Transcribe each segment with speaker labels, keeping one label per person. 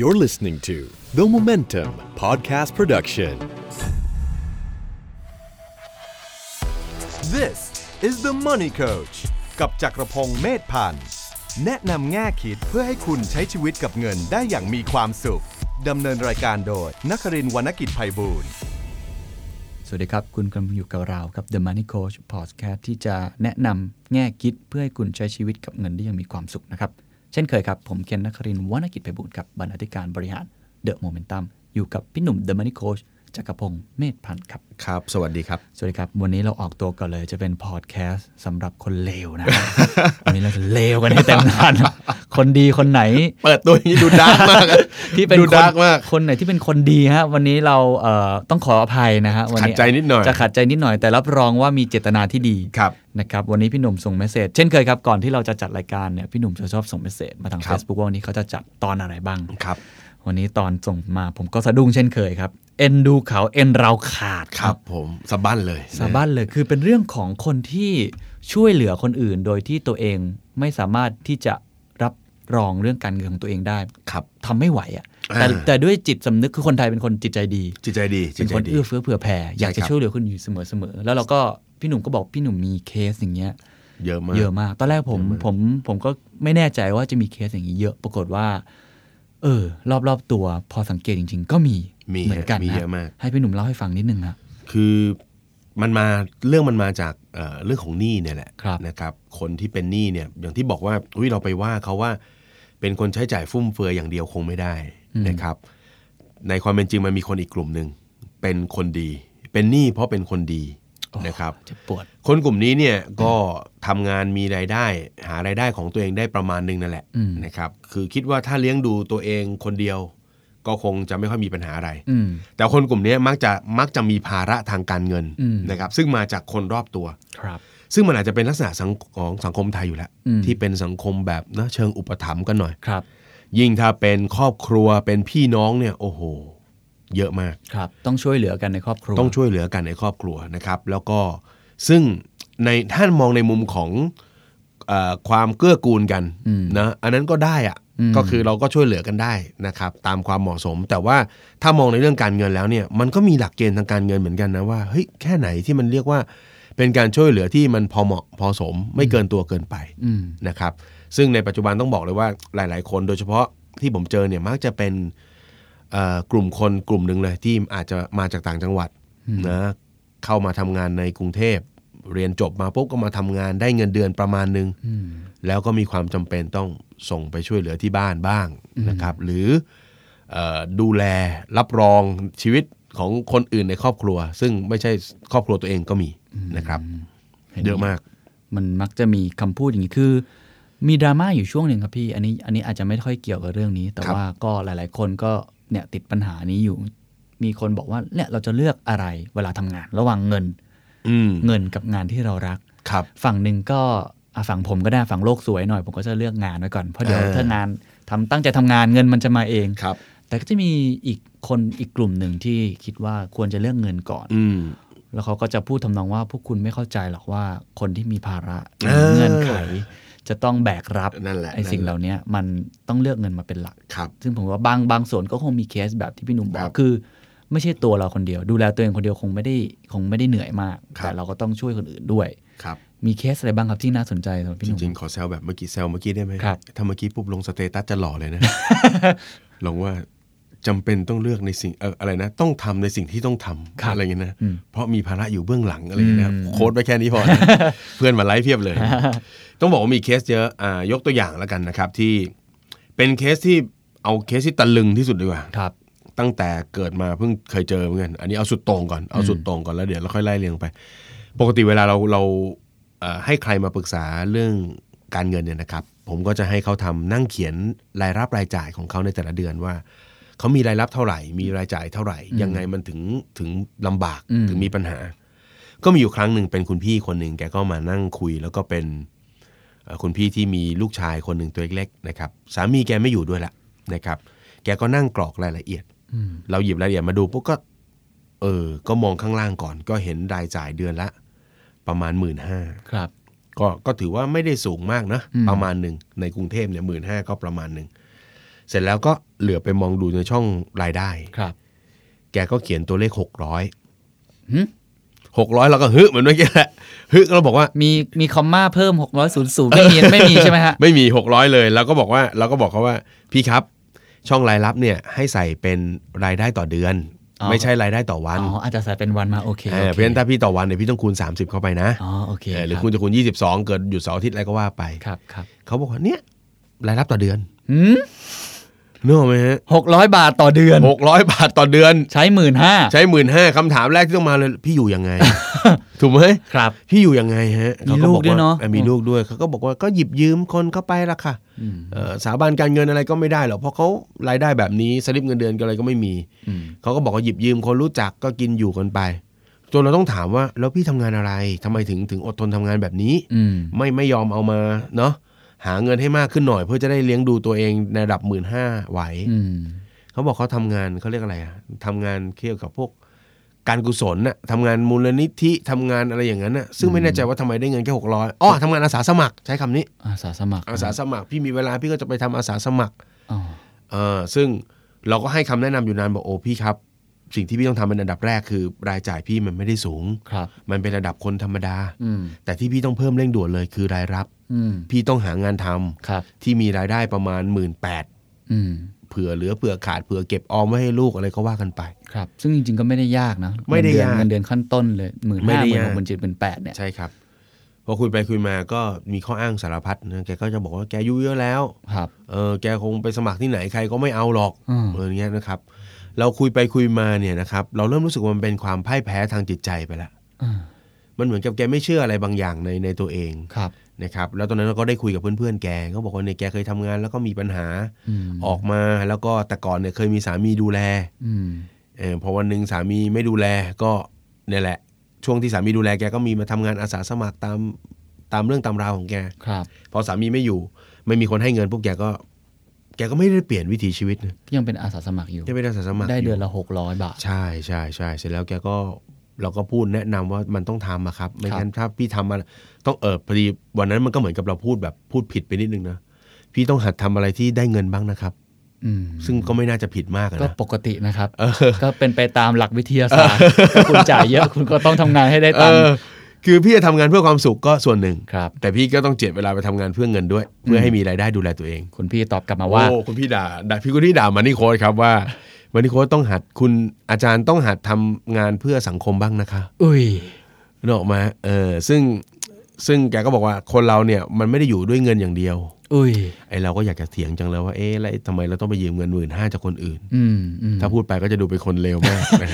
Speaker 1: You're listening to The Momentum Podcast Production.
Speaker 2: This is the Money Coach กับจักรพงศ์เมธพันธ์ แนะนำแง่คิดเพื่อให้คุณใช้ชีวิตกับเงินได้อย่างมีความสุข ดำเนินรายการโดยนักรินทร์วรรณกิจไพบูลย์
Speaker 3: สวัสดีครับ คุณกำลังอยู่กับเราครับ The Money Coach Podcast ที่จะแนะนำแง่คิดเพื่อให้คุณใช้ชีวิตกับเงินได้อยังมีความสุขนะครับ เช่นเคยครับ ผมเคนนักครินทร์วรรณกิจไปบุญครับบรรณาธิการบริหาร The Momentum อยู่กับพี่หนุ่ม The Money Coach จักรพงศ์เมธพันธ์ครับ
Speaker 4: ครับ สวัสดีครับ
Speaker 3: สวัสดีครับ วันนี้เราออกตัวก่อนเลยจะเป็นพอดแคสต์สำหรับคนเลวนะครับ วันนี้เราจะเลวกันให้เต็มร้านคนดีคนไหน
Speaker 4: เปิดตัวอย่างนี้ดูดาร์กมาก
Speaker 3: ที่เป็น
Speaker 4: ดู
Speaker 3: คน
Speaker 4: ดาร์กมาก
Speaker 3: คนไหนที่เป็นคนดีฮะวันนี้เราเอ่อต้องขออภัยนะฮะวั
Speaker 4: ขัดใจนิดหน่อย
Speaker 3: จะขัดใจนิดหน่อยแต่รับรองว่ามีเจตนาที่ดี
Speaker 4: ครับ
Speaker 3: นะครับวันนี้พี่หนุ่มส่งเมสเซจเช่นเคยครับก่อนที่เราจะจัดรายการเนี่ยพี่หนุ่มจะชอบส่งเมสเซจมาทาง
Speaker 4: ครับ
Speaker 3: Facebook ว่าวันนี้เขาจะจัดตอนอะไรบ้าง
Speaker 4: ครับ
Speaker 3: วันนี้ตอนส่งมาผมก็สะดุ้งเช่นเคยครับเอ็นดูเขาเอ็นเราขาด
Speaker 4: ครับผมสะบั้นเลย
Speaker 3: สาบ้านเลยคือเป็นเรื่องของคนที่ช่วยเหลือคนอื่น โดยที่ตัวเองไม่สามารถที่จะรับรองเรื่องการเงินของตัวเองได้
Speaker 4: ครับ
Speaker 3: ทำไม่ไหวอะ่ะ แต่
Speaker 4: อ่า
Speaker 3: แต่ด้วยจิตสำนึกคือคนไทยเป็นคนจิตใจดี
Speaker 4: จิตใจดีจิ
Speaker 3: เป็
Speaker 4: ต
Speaker 3: น
Speaker 4: ใจ
Speaker 3: คน
Speaker 4: ดี
Speaker 3: เอื้อเฟื้อเผื่อแผ่ อยากจะ
Speaker 4: ใช่ครับ
Speaker 3: ช่วยเหลือคนอยู่เสมอเสมอแล้วเราก็พี่หนุ่มก็บอกพี่หนุ่มมีเคสอย่างเงี้ย
Speaker 4: เยอะมาก
Speaker 3: เยอะมาก ตอนแรกผมผมผมก็ไม่แน่ใจว่าจะมีเคสอย่างนี้เยอะ ปรากฏว่า เออ รอบรอบตัวพอสังเกตจริง ๆ ก็มี
Speaker 4: มี
Speaker 3: เหมือนกัน
Speaker 4: มี
Speaker 3: น
Speaker 4: เยอะมาก
Speaker 3: ให้พี่หนุ่มเล่าให้ฟังนิดนึงนะ
Speaker 4: คือมันมาเรื่องมันมาจากเอ่อเรื่องของหนี้เนี่ยแหละ
Speaker 3: ครับ
Speaker 4: นะครับ คนที่เป็นหนี้เนี่ยอย่างที่บอกว่าอุ้ยเราไปว่าเขาว่า เป็นคนใช้จ่ายฟุ่มเฟือยอย่างเดียวคงไม่ได้นะครับ ในความเป็นจริงมันมีคนอีกกลุ่มหนึ่งเป็นคนดี เป็นหนี้เพราะเป็นคนดีนะครับ
Speaker 3: โอ้เจะปวด
Speaker 4: คนกลุ่มนี้เนี่ยก็ทำงานมีรายได้ หารายได้ของตัวเองได้ประมาณหนึงนั่นแหละ
Speaker 3: อืม
Speaker 4: นะครับคือคิดว่าถ้าเลี้ยงดูตัวเองคนเดียว ก็คงจะไม่ค่อยมีปัญหาอะไร
Speaker 3: อืม
Speaker 4: แต่คนกลุ่มนี้มักจะมักจะมีภาระทางการเงิน
Speaker 3: อืม
Speaker 4: นะครับซึ่งมาจากคนรอบตัว
Speaker 3: ครับ
Speaker 4: ซึ่งมันอาจจะเป็นลักษณะสังของสังคมไทยอยู่แล้ว
Speaker 3: อืม
Speaker 4: ที่เป็นสังคมแบบนะเชิงอุปถัมภ์กันหน่อย
Speaker 3: ครับ
Speaker 4: ยิ่งถ้าเป็นครอบครัวเป็นพี่น้องเนี่ยโอ้โห เยอะมาก
Speaker 3: ครับ ต้องช่วยเหลือกันในครอบครัว
Speaker 4: ต้องช่วยเหลือกันในครอบครัวนะครับ แล้วก็ซึ่งในถ้ามองในมุมของเออความเกื้อกูลกันนะอันนั้นก็ได้อะก็คือเราก็ช่วยเหลือกันได้นะครับ ตามความเหมาะสม แต่ว่าถ้ามองในเรื่องการเงินแล้วเนี่ยมันก็มีหลักเกณฑ์ทางการเงินเหมือนกันนะว่าเฮ้ยแค่ไหนที่มันเรียกว่าเป็นการช่วยเหลือที่มันพอเหมาะพอสม ไม่เกินตัวเกินไป
Speaker 3: อืม
Speaker 4: นะครับ ซึ่งในปัจจุบันต้องบอกเลยว่าหลาย ๆ คนโดยเฉพาะที่ผมเจอเนี่ยมักจะเป็น เอ่อกลุ่มคนกลุ่มหนึ่งเลยที่อาจจะมาจากต่างจังหวัดนะเข้ามาทำงานในกรุงเทพ เรียนจบมาปุ๊บก็มาทำงานได้เงินเดือนประมาณหนึ่ง
Speaker 3: อืม
Speaker 4: แล้วก็มีความจำเป็นต้องส่งไปช่วยเหลือที่บ้านบ้างนะครับ หรือเออดูแลรับรองชีวิตของคนอื่นในครอบครัว ซึ่งไม่ใช่ครอบครัวตัวเองก็มีนะครับ
Speaker 3: ห็น
Speaker 4: เยอะมาก
Speaker 3: มันมักจะมีคำพูดอย่างนี้คือ มีดราม่าอยู่ช่วงหนึ่งครับพี่ อันนี้อันนี้อาจจะไม่ค่อยเกี่ยวกับเรื่องนี้ แต่
Speaker 4: ครับ
Speaker 3: ว่าก็หลาย ๆ คนก็เนี่ยติดปัญหานี้อยู่ มีคนบอกว่าเนี่ยเราจะเลือกอะไรเวลาทำงาน ระหว่างเงิน
Speaker 4: อืม
Speaker 3: เงินกับงานที่เรารัก
Speaker 4: ครับ
Speaker 3: ฝั่งหนึ่งก็อ่ะฝั่งผมก็ได้ฝั่งโลกสวยหน่อย ผมก็จะเลือกงานไว้ก่อนเพราะเดี๋ยว
Speaker 4: เออ
Speaker 3: ถ้างานทำตั้งใจทำงานเงินมันจะมาเอง
Speaker 4: ครับ
Speaker 3: แต่ก็จะมีอีกคนอีกกลุ่มหนึ่งที่คิดว่าควรจะเลือกเงินก่อน
Speaker 4: อืม
Speaker 3: แล้วเขาก็จะพูดทำนองว่าพวกคุณไม่เข้าใจหรอกว่าคนที่มีภาระ
Speaker 4: เออ
Speaker 3: เงื่อนไข จะต้องแบกรับ
Speaker 4: นั่นแหละ
Speaker 3: ไอ้สิ่ง
Speaker 4: นั่นแหละ
Speaker 3: เหล่านี้มันต้องเลือกเงินมาเป็นหลัก
Speaker 4: ครับ
Speaker 3: ซึ่งผมว่าบางบางส่วนก็คงมีเคสแบบที่พี่หนุ่มบอ
Speaker 4: ครั
Speaker 3: ก
Speaker 4: บ
Speaker 3: คือ ไม่ใช่ตัวเราคนเดียว ดูแลตัวเองคนเดียวคงไม่ได้คงไม่ได้เหนื่อยมาก
Speaker 4: ครับ
Speaker 3: แต่เราก็ต้องช่วยคนอื่นด้วย
Speaker 4: ครับ
Speaker 3: มีเคสอะไรบ้างครับที่น่าสนใจสำหรับพี่
Speaker 4: จ
Speaker 3: หนุ่ม
Speaker 4: ริงๆ ขอแซวแบบเมื่อกี้แซวเมื่อกี้ได้ไหม
Speaker 3: ครับ
Speaker 4: ถ้าเมื่อกี้ปุ๊บลงสเตตัสจะหล่อเลย นะ ลองว่าจำเป็นต้องเลือกในสิ่งเอออะไรนะ ต้องทำในสิ่งที่ต้องทำอะไรอย่างเงี้ยนะ เพราะมีภาระอยู่เบื้องหลังอะไรอย่างเงี้ยนะโค้ดไปแค่นี้พอ นะ เพื่อนมาไลฟ์เพียบเลย ต้องบอกว่ามีเคสเยอะอ่ายกตัวอย่างแล้วกันนะครับ ที่เป็นเคสที่เอาเคสที่ตะลึงที่สุดดีกว่า
Speaker 3: ครับ
Speaker 4: ตั้งแต่เกิดมาเพิ่งเคยเจอเหมือนกัน อันนี้เอาสุดโตรงก่อน เอาสุดโตรงก่อนแล้วเดี๋ยวเราค่อยไล่เรียงไป ปกติเวลาเราเราเอ่อให้ใครมาปรึกษาเรื่องการเงินเนี่ยนะครับ ผมก็จะให้เขาทำนั่งเขียนรายรับรายจ่ายของเขาในแต่ละเดือนว่าเขามีรายรับเท่าไหร่ มีรายจ่ายเท่าไหร่ ยังไงมันถึงถึงลำบาก
Speaker 3: อืม
Speaker 4: ถึงมีปัญหา ก็มีอยู่ครั้งหนึ่งเป็นคุณพี่คนหนึ่งแกก็มานั่งคุย แล้วก็เป็นเอ่อคุณพี่ที่มีลูกชายคนหนึ่งตัวเล็กๆนะครับสามีแกไม่อยู่ด้วยละนะครับ แกก็นั่งกรอกรายละเอียด
Speaker 3: อืม
Speaker 4: เราหยิบรายละเอียดมาดูปุ๊บก็ เออ ก็มองข้างล่างก่อน ก็เห็นรายจ่ายเดือนละ ประมาณหมื่นห้า
Speaker 3: ครับ
Speaker 4: ก็ก็ถือว่าไม่ได้สูงมากนะ
Speaker 3: อืม
Speaker 4: ประมาณหนึ่งในกรุงเทพเนี่ยหมื่นห้าก็ประมาณหนึ่ง เสร็จแล้วก็เหลือไปมองดูในช่องรายได้
Speaker 3: ครับ
Speaker 4: แกก็เขียนตัวเลขหกร้อย
Speaker 3: หึ
Speaker 4: หกร้อยเราก็ฮึเหมือนเมื่อกี้แหละฮึเราบอกว่า
Speaker 3: มีมีคอมมาเพิ่ม 600ไม่มีไม่มีใช่ไหมฮะ
Speaker 4: ไม่มี 600 เลยเราก็บอกว่าเราก็บอกเขาว่าพี่ครับ ช่องรายรับเนี่ยให้ใส่เป็นรายได้ต่อเดือน
Speaker 3: อ๋อ
Speaker 4: ไม่ใช่รายได้ต่อวัน
Speaker 3: อ๋ออาจจะใส่เป็นวันมาโอเค
Speaker 4: เออ
Speaker 3: โอค
Speaker 4: เพราะฉะนั้นถ้าพี่ต่อวันเนี่ยพี่ต้องคูณ 30 เข้าไปนะ
Speaker 3: อ๋อโอเค
Speaker 4: เออหรือ
Speaker 3: รับ
Speaker 4: คุณจะคูณ 22 เกิดหยุดเสาร์อาทิตย์อะไรก็ว่าไป
Speaker 3: ครับครับ
Speaker 4: เขาบอกว่าเนี่ยรายรับต่อเดือน
Speaker 3: หืม
Speaker 4: นึกออกไหมฮะ
Speaker 3: หกร้อยบาทต่อเดือน
Speaker 4: หกร้อยบาทต่อเดือน
Speaker 3: ใช้หมื่นห้า
Speaker 4: ใช้หมื่นห้าคำถามแรกที่ต้องมาเลยพี่อยู่ยังไง ถูกไหม
Speaker 3: ครับ
Speaker 4: พี่อยู่ยังไงฮะ
Speaker 3: มีลูกด้วยเนอะ
Speaker 4: ขบออ่มีลูกด้วยเขาก็บอกว่าก็หยิบยืมคนเข้าไปละค่ะ
Speaker 3: อืม
Speaker 4: เอ่อสถาบันการเงินอะไรก็ไม่ได้หรอกเพราะเขารายได้แบบนี้สลิปเงินเดือนก็อะไรก็ไม่มี
Speaker 3: อืม
Speaker 4: เขาก็บอกว่าหยิบยืมคนรู้จักก็กินอยู่กันไปจนเราต้องถามว่าแล้วพี่ทำงานอะไรทำไมถึงถึงอดทนทำงานแบบนี้
Speaker 3: อืม
Speaker 4: ไม่ไม่ยอมเอามาเนาะหาเงินให้มากขึ้นหน่อย เพื่อจะได้เลี้ยงดูตัวเองในระดับหมื่นห้าไหว
Speaker 3: อืม
Speaker 4: เขาบอกเขาทำงานเขาเรียกอะไรอะทำงานเกี่ยวกับพวกการกุศลน่ะทำงานมูลนิธิทำงานอะไรอย่างนั้นน่ะซึ่งไม่แน่ใจว่าทำไมได้เงินแค่หกร้อยอ๋อทำงานอาสาสมัครใช้คำนี้
Speaker 3: อาสาสมัคร
Speaker 4: อาสาสมัครพี่มีเวลาพี่ก็จะไปทำอาสาสมัคร
Speaker 3: อ๋อ
Speaker 4: เออซึ่งเราก็ให้คำแนะนำอยู่นานบอกโอ้พี่ครับ สิ่งที่พี่ต้องทำเป็นอันดับแรกคือ รายจ่ายพี่มันไม่ได้สูง
Speaker 3: ครับ
Speaker 4: มันเป็นระดับคนธรรมดา
Speaker 3: อืม
Speaker 4: แต่ที่พี่ต้องเพิ่มเร่งด่วนเลยคือรายรับ
Speaker 3: อืม
Speaker 4: พี่ต้องหางานทำ
Speaker 3: ครับ
Speaker 4: ที่มีรายได้ประมาณ 1 8ื่น
Speaker 3: อืม
Speaker 4: เผื่อเหลือเผื่อขาดเผื่อเก็บออมไว้ให้ลูกอะไรก็ว่ากันไป
Speaker 3: ครับ ซึ่งจริงๆก็ไม่ได้ยากนะ
Speaker 4: ไม่ได้
Speaker 3: เงินเอน
Speaker 4: ยาก
Speaker 3: เงินเดือนขั้นต้นเลยหมื่น
Speaker 4: ไม่
Speaker 3: ห้าห
Speaker 4: ได้
Speaker 3: มื่น
Speaker 4: ยา
Speaker 3: ห
Speaker 4: ก
Speaker 3: กหมื่นเจ็ดหมื่นแปดเนี่ย
Speaker 4: ใช่ครับ พอคุยไปคุยมาก็มีข้ออ้างสารพัดนะแกก็จะบอกว่าแกอายุเยอะแล้ว
Speaker 3: ครับ
Speaker 4: เออแกคงไปสมัครที่ไหนใครก็ไม่เอาหรอก
Speaker 3: อืม
Speaker 4: เอออย่างเงี้ยนะครับ เราคุยไปคุยมาเนี่ยนะครับ เราเริ่มรู้สึกว่ามันเป็นความพ่ายแพ้ทางจิตใจไปละ
Speaker 3: อ่า
Speaker 4: มันเหมือนกับแกไม่เชื่ออะไรบางอย่างในในตัวเอง
Speaker 3: ครับ
Speaker 4: นะครับ แล้วตอนนั้นเราก็ได้คุยกับเพื่อนๆแกก็บอกว่าเนี่ยแกเคยทำงานแล้วก็มีปัญหา
Speaker 3: อืม
Speaker 4: ออกมาแล้วก็แต่ก่อนเนี่ยเคยมีสามีดูแล
Speaker 3: อืม
Speaker 4: เออพอวันหนึ่งสามีไม่ดูแลก็เนี่ยแหละ ช่วงที่สามีดูแลแกก็มีมาทำงานอาสาสมัครตามตามเรื่องตามราวของแก
Speaker 3: ครับ
Speaker 4: พอสามีไม่อยู่ ไม่มีคนให้เงินพวกแกก็ แกก็ไม่ได้เปลี่ยนวิถีชีวิตนะ
Speaker 3: ยังเป็นอาสาสมัครอยู่
Speaker 4: แกไม่ได้อาสาสมัคร
Speaker 3: ได้เดือน
Speaker 4: ยู่
Speaker 3: ละหกร้อยบาท
Speaker 4: ใช่ใช่ใช่เสร็จแล้วแกก็เราก็พูดแนะนำว่ามันต้องทำอะครับ ไม่งั้นถ้าพี่ทำมาต้องเออพอดีวันนั้นมันก็เหมือนกับเราพูดแบบพูดผิดไปนิดนึงนะพี่ต้องหัดทำอะไรที่ได้เงินบ้างนะครับ
Speaker 3: อืม
Speaker 4: ซึ่งก็ไม่น่าจะผิดมากอะ
Speaker 3: ก็
Speaker 4: นะ
Speaker 3: ปกตินะครับ
Speaker 4: เออ
Speaker 3: ก็เป็นไปตามหลักวิทยาศาสตร์ถ้าคุณจ่ายเยอะคุณก็ต้องทำงานให้ได้
Speaker 4: เอ
Speaker 3: ตังค์
Speaker 4: อคือพี่จะทำงานเพื่อความสุขก็ส่วนหนึ่ง
Speaker 3: ครับ
Speaker 4: แต่พี่ก็ต้องเจียดเวลาไปทำงานเพื่อเงินด้วย เพื่อให้มีรายได้ดูแลตัวเอง
Speaker 3: คุณพี่ตอบกลับมาว่า
Speaker 4: โอ้คุณพี่ด่าด่าพี่คุณพี่ด่ามันนี่โค้ดครับว่ามันนี่โค้ดต้องหัดคุณอาจารย์ต้องหัดทำงานเพื่อสังคมบ้างนะคะ
Speaker 3: อุ้ย
Speaker 4: นึกออกไหมาเออซึ่งซึ่งแกก็บอกว่าคนเราเนี่ยมันไม่ได้อยู่ด้วยเงินอย่างเดียว
Speaker 3: อุ้ย
Speaker 4: ไอเราก็อยากจะเถียงจังเลยว่าเอ๊ะแล้วไอ้ทำไมเราต้องไปยืมเงินหมื่นห้าจากคนอื่น
Speaker 3: อืมอืม
Speaker 4: ถ้าพูดไปก็จะดูเป็นคนเลวมาก นะ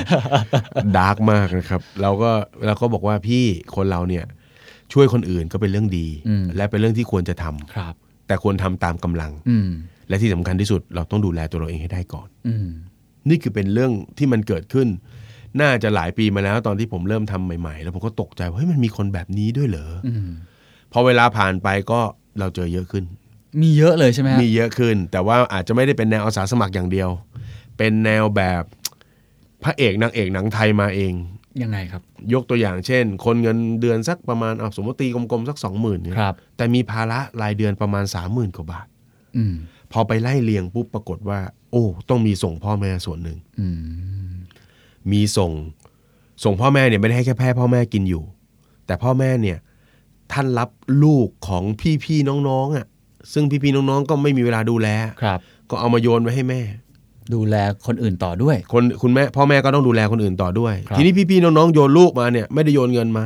Speaker 4: ดาร์กมากนะครับ เราก็เราก็บอกว่าพี่คนเราเนี่ยช่วยคนอื่นก็เป็นเรื่องดี และเป็นเรื่องที่ควรจะทำ
Speaker 3: ครับ
Speaker 4: แต่ควรทำตามกำลัง
Speaker 3: อืม
Speaker 4: และที่สำคัญที่สุดเราต้องดูแลตัวเราเองให้ได้ก่อน
Speaker 3: อืม
Speaker 4: นี่คือเป็นเรื่องที่มันเกิดขึ้น น่าจะหลายปีมาแล้วตอนที่ผมเริ่มทำใหม่ๆ แล้วผมก็ตกใจว่าเฮ้ยมันมีคนแบบนี้ด้วยเหรออ
Speaker 3: อืม
Speaker 4: พอเวลาผ่านไปก็เราเจอเยอะขึ้น
Speaker 3: มีเยอะเลยใช่ไหมฮะ
Speaker 4: มีเยอะขึ้น แต่ว่าอาจจะไม่ได้เป็นแนวอาสาสมัครอย่างเดียว เป็นแนวแบบพระเอกนางเอกหนังไทยมาเอง
Speaker 3: ยังไงครับ
Speaker 4: ยกตัวอย่างเช่น คนเงินเดือนสักประมาณอ่ะสมมติตีกลมๆสักสองหมื่นเนี่ย
Speaker 3: ครับ
Speaker 4: แต่มีภาระรายเดือนประมาณสามหมื่นกว่าบาท
Speaker 3: อืม
Speaker 4: พอไปไล่เลียงปุ๊บปรากฏว่า โอ้ ต้องมีส่งพ่อแม่ส่วนหนึ่ง
Speaker 3: อืม
Speaker 4: มีส่งส่งพ่อแม่เนี่ยไม่ได้ให้แค่แพ่พ่อแม่กินอยู่ แต่พ่อแม่เนี่ยท่านรับลูกของพี่พี่ๆน้องๆอ่ะซึ่งพี่พี่ๆน้องๆ ก็ไม่มีเวลาดูแล
Speaker 3: ครับ
Speaker 4: ก็เอามาโยนไว้ให้แม่
Speaker 3: ดูแลคนอื่นต่อด้วย
Speaker 4: คนคุณแม่พ่อแม่ก็ต้องดูแลคนอื่นต่อด้วย
Speaker 3: ครับ
Speaker 4: ทีนี้พี่พี่ๆน้องๆโยนลูกมาเนี่ยไม่ได้โยนเงินมา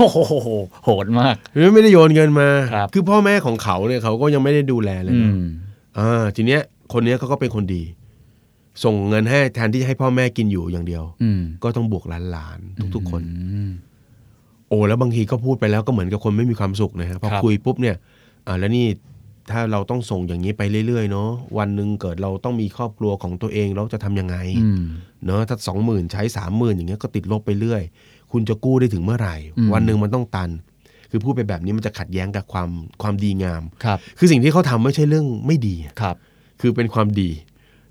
Speaker 3: โอ้โหโหดมาก
Speaker 4: หรือไม่ได้โยนเงินมา
Speaker 3: ครับ
Speaker 4: อพ่อแม่ของเขาเนี่ยเขาก็ยังไม่ได้ดูแลเลย
Speaker 3: อื
Speaker 4: นะ
Speaker 3: ม
Speaker 4: อ่าทีเนี้ยคนเนี้ยเขาก็เป็นคนดี ส่งเงินให้แทนที่จะให้พ่อแม่กินอยู่อย่างเดียว
Speaker 3: อืม
Speaker 4: ก็ต้องบวกหลานๆทุกๆคน
Speaker 3: อืม
Speaker 4: โอ้แล้วบางทีก็พูดไปแล้วก็เหมือนกับคนไม่มีความสุขนะฮะพอ
Speaker 3: ครับ
Speaker 4: คุยปุ๊บเนี่ยอ่าแล้วนี่ถ้าเราต้องส่งอย่างนี้ไปเรื่อยๆเนาะวันหนึ่งเกิดเราต้องมีครอบครัวของตัวเองเราจะทำยังไง
Speaker 3: อืม
Speaker 4: เนาะถ้าสองหมื่นใช้สามหมื่นอย่างเงี้ยก็ติดลบไปเรื่อย คุณจะกู้ได้ถึงเมื่อไหร่
Speaker 3: อืม
Speaker 4: วันหนึ่งมันต้องตัน คือพูดไปแบบนี้มันจะขัดแย้งกับความความดีงาม
Speaker 3: ครับ
Speaker 4: คือสิ่งที่เขาทำไม่ใช่เรื่องไม่ดีอะ
Speaker 3: ครับ
Speaker 4: คือเป็นความดี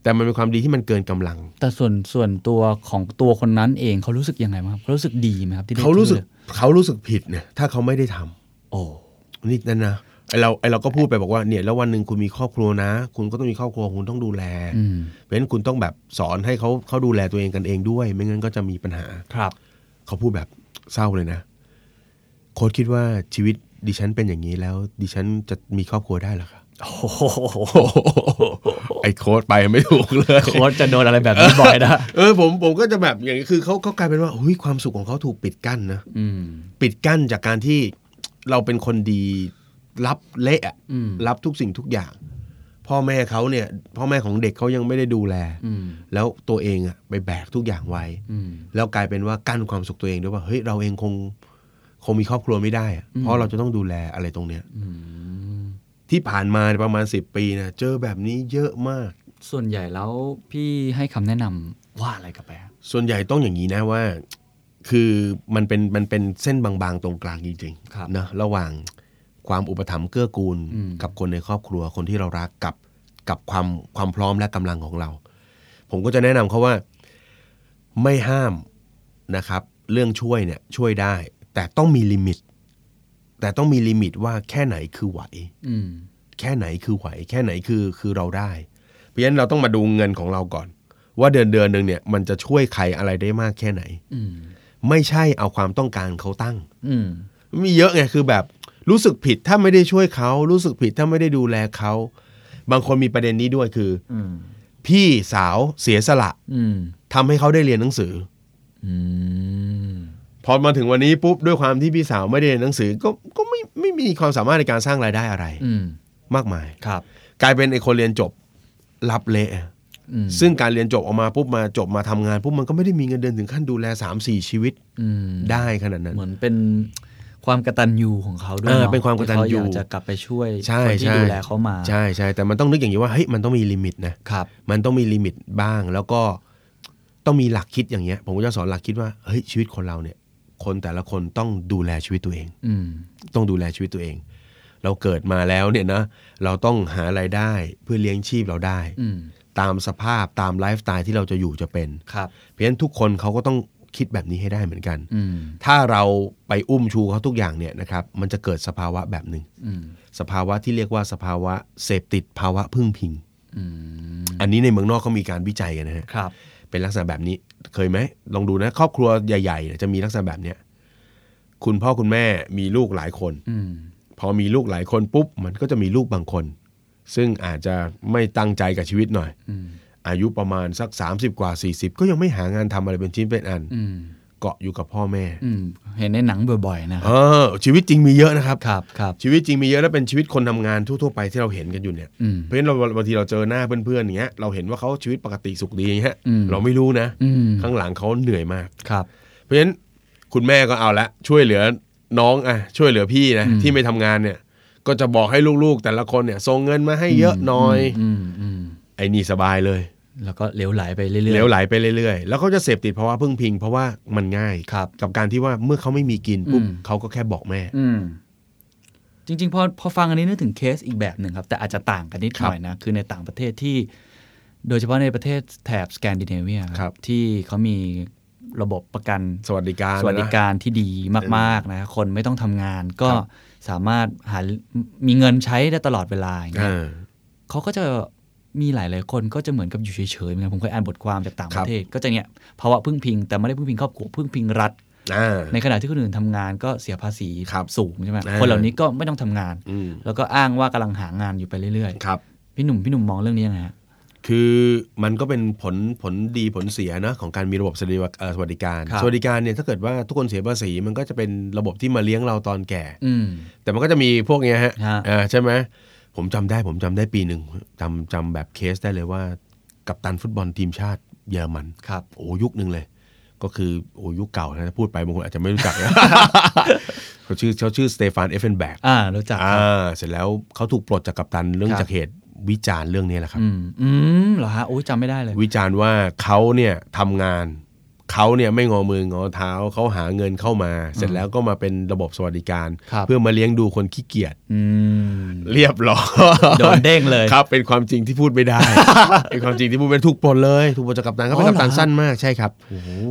Speaker 4: แต่มันเป็นความดีที่มันเกินกำลัง
Speaker 3: แต่ส่วนส่วนตัวของตัวคนนั้นเองเขารู้สึกยังไงบ้างครับเขารู้สึกดีไหมครับที่ได้
Speaker 4: เขารู้สึก
Speaker 3: ช่วยหลือ
Speaker 4: เขารู้สึกผิดเนี่ยถ้าเขาไม่ได้ทำ
Speaker 3: โอ้
Speaker 4: นี่นั่นนะ ไอเราไอเราก็พูดไปบอกว่าเนี่ยแล้ววันหนึ่งคุณมีครอบครัวนะ คุณก็ต้องมีครอบครัวคุณต้องดูแล
Speaker 3: อืม
Speaker 4: เพราะฉะนั้นคุณต้องแบบสอนให้เขาเขาดูแลตัวเองกันเองด้วย ไม่งั้นก็จะมีปัญหา
Speaker 3: ครับ
Speaker 4: เขาพูดแบบเศร้าเลยนะ โค้ชคิดว่าชีวิตดิฉันเป็นอย่างนี้แล้ว ดิฉันจะมีครอบครัวได้เหรอคะ
Speaker 3: โอ้โห
Speaker 4: ไอโค้ชไปไม่ถูกเลย
Speaker 3: โค้ชจะโดนอะไรแบบนี้บ่อยนะ
Speaker 4: เออผมผมก็จะแบบอย่างนี้คือเขาเขากลายเป็นว่าเฮ้ยความสุขของเขาถูกปิดกั้นนะ
Speaker 3: อืม
Speaker 4: ปิดกั้นจากการที่เราเป็นคนดีรับเละอะ
Speaker 3: อืม
Speaker 4: รับทุกสิ่งทุกอย่าง พ่อแม่เขาเนี่ย พ่อแม่ของเด็กเขายังไม่ได้ดูแล
Speaker 3: อืม
Speaker 4: แล้วตัวเองอะไปแบกทุกอย่างไว้
Speaker 3: อืม
Speaker 4: แล้วกลายเป็นว่ากั้นความสุขตัวเองด้วยว่าเฮ้ยเราเองคงคงมีครอบครัวไม่ได้อะ
Speaker 3: อืม
Speaker 4: เพราะเราจะต้องดูแลอะไรตรงเนี้ย
Speaker 3: อืม
Speaker 4: ที่ผ่านมาประมาณ 10 ปีนะเจอแบบนี้เยอะมาก
Speaker 3: ส่วนใหญ่แล้วพี่ให้คำแนะนำว่าอะไรกับแปะ
Speaker 4: ส่วนใหญ่ต้องอย่างนี้นะว่า คือมันเป็นมันเป็นเส้นบางๆ ตรงกลางจริง
Speaker 3: ครับ
Speaker 4: ๆนะระหว่างความอุปถัมภ์เกื้อกูล
Speaker 3: อืม
Speaker 4: กับคนในครอบครัวคนที่เรารักกับกับความความพร้อมและกำลังของเรา ผมก็จะแนะนำเขาว่าไม่ห้ามนะครับ เรื่องช่วยเนี่ยช่วยได้ แต่ต้องมีลิมิต แต่ต้องมีลิมิตว่าแค่ไหนคือไหว
Speaker 3: อืม
Speaker 4: แค่ไหนคือไหว แค่ไหนคือคือเราได้ เพราะฉะนั้นเราต้องมาดูเงินของเราก่อน ว่าเดือนเดือนหนึ่งเนี่ยมันจะช่วยใครอะไรได้มากแค่ไหน
Speaker 3: อืม
Speaker 4: ไม่ใช่เอาความต้องการเขาตั้ง
Speaker 3: อืม
Speaker 4: มีเยอะไงคือแบบรู้สึกผิดถ้าไม่ได้ช่วยเขารู้สึกผิดถ้าไม่ได้ดูแลเขา บางคนมีประเด็นนี้ด้วยคือ
Speaker 3: อืม
Speaker 4: พี่สาวเสียสละ
Speaker 3: อืม
Speaker 4: ทำให้เขาได้เรียนหนังสือ
Speaker 3: อืม
Speaker 4: พอมาถึงวันนี้ปุ๊บด้วยความที่พี่สาวไม่ได้เรียนหนังสือ ก็ก็ไม่ไม่มีความสามารถในการสร้างรายได้อะไร
Speaker 3: อืม
Speaker 4: มากมาย
Speaker 3: ครับ
Speaker 4: กลายเป็นไอคนเรียนจบรับเละ
Speaker 3: อืม
Speaker 4: ซึ่งการเรียนจบออกมาปุ๊บมาจบมาทำงานปุ๊บมันก็ไม่ได้มีเงินเดือนถึงขั้นดูแล 3 4 ชีวิต
Speaker 3: อืม
Speaker 4: ได้ขนาดนั้น
Speaker 3: เหมือนเป็นความกตัญญูของเขาด้วย
Speaker 4: เออ
Speaker 3: อะ
Speaker 4: เป็นความกตัญญู
Speaker 3: ที่เขาอยากจะกลับไปช่วย
Speaker 4: ใช่
Speaker 3: คนที่
Speaker 4: ใช่
Speaker 3: ดูแลเขามา
Speaker 4: ใช่ใช่แต่มันต้องนึกอย่างนี้ว่าเฮ้ยมันต้องมีลิมิตนะครับ มันต้องมีลิมิตบ้าง แล้วก็ต้องมีหลักคิดอย่างเงี้ย ผมก็จะสอนหลักคิดว่าเฮ้ยชีวิตคนเราเนี่ย คนแต่ละคนต้องดูแลชีวิตตัวเอง
Speaker 3: อืม
Speaker 4: ต้องดูแลชีวิตตัวเอง เราเกิดมาแล้วเนี่ยนะเราต้องหารายได้เพื่อเลี้ยงชีพเราได้
Speaker 3: อืม
Speaker 4: ตามสภาพตามไลฟ์สไตล์ที่เราจะอยู่จะเป็น
Speaker 3: ครับ
Speaker 4: เพราะฉะนั้นทุกคนเขาก็ต้องคิดแบบนี้ให้ได้เหมือนกัน
Speaker 3: อืม
Speaker 4: ถ้าเราไปอุ้มชูเขาทุกอย่างเนี่ยนะครับมันจะเกิดสภาวะแบบหนึ่ง
Speaker 3: อืม
Speaker 4: สภาวะที่เรียกว่าสภาวะเสพติดภาวะพึ่งพิง
Speaker 3: อืม
Speaker 4: อันนี้ในเมืองนอกเขามีการวิจัยกันนะฮะ
Speaker 3: ครับ
Speaker 4: เป็นลักษณะแบบนี้เคยไหมลองดูนะ ครอบครัวใหญ่ๆเนี่ยจะมีลักษณะแบบเนี้ยคุณพ่อคุณแม่มีลูกหลายคน
Speaker 3: อืม
Speaker 4: พอมีลูกหลายคนปุ๊บ มันก็จะมีลูกบางคน ซึ่งอาจจะไม่ตั้งใจกับชีวิตหน่อย
Speaker 3: อืม
Speaker 4: อายุประมาณสัก 30 กว่า 40 ก็ยังไม่หางานทำอะไรเป็นชิ้นเป็นอัน
Speaker 3: อืม
Speaker 4: เกาะอยู่กับพ่อแม่
Speaker 3: อืม เห็นในหนังบ่อยๆนะค
Speaker 4: เอ
Speaker 3: รับ
Speaker 4: อชีวิตจริงมีเยอะนะครับ
Speaker 3: ครับ ครับ
Speaker 4: ชีวิตจริงมีเยอะและเป็นชีวิตคนทำงานทั่วๆไปที่เราเห็นกันอยู่เนี่ย
Speaker 3: อืม
Speaker 4: เพราะฉะนั้นเราบางทีเราเจอหน้าเพื่อนๆอย่างเงี้ยเราเห็นว่าเขาชีวิตปกติสุขดีอย่างเงี้ย
Speaker 3: อืม
Speaker 4: เราไม่รู้นะ
Speaker 3: อืม
Speaker 4: ข้างหลังเขาเหนื่อยมาก
Speaker 3: ครับ
Speaker 4: เพราะฉะนั้นคุณแม่ก็เอาละช่วยเหลือน้องอ่ะช่วยเหลือพี่นะที่ไม่ทำงานเนี่ย ก็จะบอกให้ลูกๆ แต่ละคนเนี่ยส่งเงินมาให้เยอะหน่อย
Speaker 3: อืมอืม
Speaker 4: ไอ้นี่สบายเลย
Speaker 3: แล้วก็เหลวไหลไปเรื่อยๆ
Speaker 4: เหลวไหลไปเรื่อยๆ แล้วเขาจะเสพติดเพราะว่าพึ่งพิง เพราะว่ามันง่าย
Speaker 3: ครับ
Speaker 4: กับการที่ว่าเมื่อเขาไม่มีกินปุ๊บ
Speaker 3: อืม
Speaker 4: เขาก็แค่บอกแม่
Speaker 3: อืม จริง ๆ พอพอฟังอันนี้นึกถึงเคสอีกแบบหนึ่งครับ แต่อาจจะต่างกันนิดหน่อยนะ คือในต่างประเทศที่ โดยเฉพาะในประเทศแถบสแกนดิเนเวีย
Speaker 4: ครับ
Speaker 3: ที่เขามีระบบประกัน
Speaker 4: สวัสดิการ
Speaker 3: สวัสดิ
Speaker 4: นะ
Speaker 3: การที่ดีมากๆนะคนไม่ต้องทำงานก็
Speaker 4: ครับ
Speaker 3: สามารถหามีเงินใช้ได้ตลอดเวลาอย่างเงี้ย
Speaker 4: อ่า
Speaker 3: เขาก็จะมีหลายๆคนก็จะเหมือนกับอยู่เฉยๆเหมือนกันผมเคยอ่านบทความจากต่าง
Speaker 4: ค
Speaker 3: ป
Speaker 4: รับ
Speaker 3: ระเทศ ก็จะเนี่ยภาวะพึ่งพิง แต่ไม่ได้พึ่งพิงครอบครัวพึ่งพิงรัฐ
Speaker 4: อ่า
Speaker 3: ในขณะที่คนอื่นทำงานก็เสียภาษี
Speaker 4: ครับ
Speaker 3: สูงใช่ไหม
Speaker 4: อ่า
Speaker 3: คนเหล่านี้ก็ไม่ต้องทำงาน
Speaker 4: อืม
Speaker 3: แล้วก็อ้างว่ากำลังหางานอยู่ไปเรื่อย
Speaker 4: ครับ
Speaker 3: ๆพี่หนุ่มพี่หนุ่มมองเรื่องนี้ยังไงฮะ
Speaker 4: คือมันก็เป็นผลผลดีผลเสียนะของการมีระบบสวัสดิเอ่อสวัสดิการ สวัสดิการเนี่ยถ้าเกิดว่าทุกคนเสียภาษีมันก็จะเป็นระบบที่มาเลี้ยงเราตอนแก่
Speaker 3: อืม
Speaker 4: แต่มันก็จะมีพวกเนี้ยฮะ
Speaker 3: ฮะ
Speaker 4: เออใช่ไหมผมจำได้ผมจำได้ปีหนึ่งจำจำแบบเคสได้เลยว่า กับตันฟุตบอลทีมชาติเยอรมัน
Speaker 3: ครับ
Speaker 4: โอ้ยุคหนึ่งเลย ก็คือโอ้ยุคเก่านะพูดไปบางคนอาจจะไม่รู้จักนะ เขาชื่อเขาชื่อสเตฟานเอฟเฟนแบก
Speaker 3: อ่ารู้จักครับ
Speaker 4: อ่าเสร็จแล้วเขาถูกปลดจากกัปตันเรื่อง
Speaker 3: ครับ
Speaker 4: จากเหตุวิจารณ์เรื่องนี้แหละครับ
Speaker 3: อืมอืมเหรอฮะโอ้ยจำไม่ได้เลย
Speaker 4: วิจารณ์ว่าเขาเนี่ยทำงาน เขาเนี่ยไม่งอมืองอเท้าเขาหาเงินเข้ามา เสร็จแล้วก็มาเป็นระบบสวัสดิการ
Speaker 3: ครับ
Speaker 4: เพื่อมาเลี้ยงดูคนขี้เกียจ
Speaker 3: อืม
Speaker 4: เรียบร้อย
Speaker 3: โดนเด้งเลย
Speaker 4: ครับ เป็นความจริงที่พูดไม่ ได้ เป็นความจริงที่พูดเป็นถูกปลดเลยถูกปลดจากกัปตันเขา
Speaker 3: อ๋อ
Speaker 4: เป็นกัปตัน
Speaker 3: เหรอ
Speaker 4: สั้นมากใช่ครับ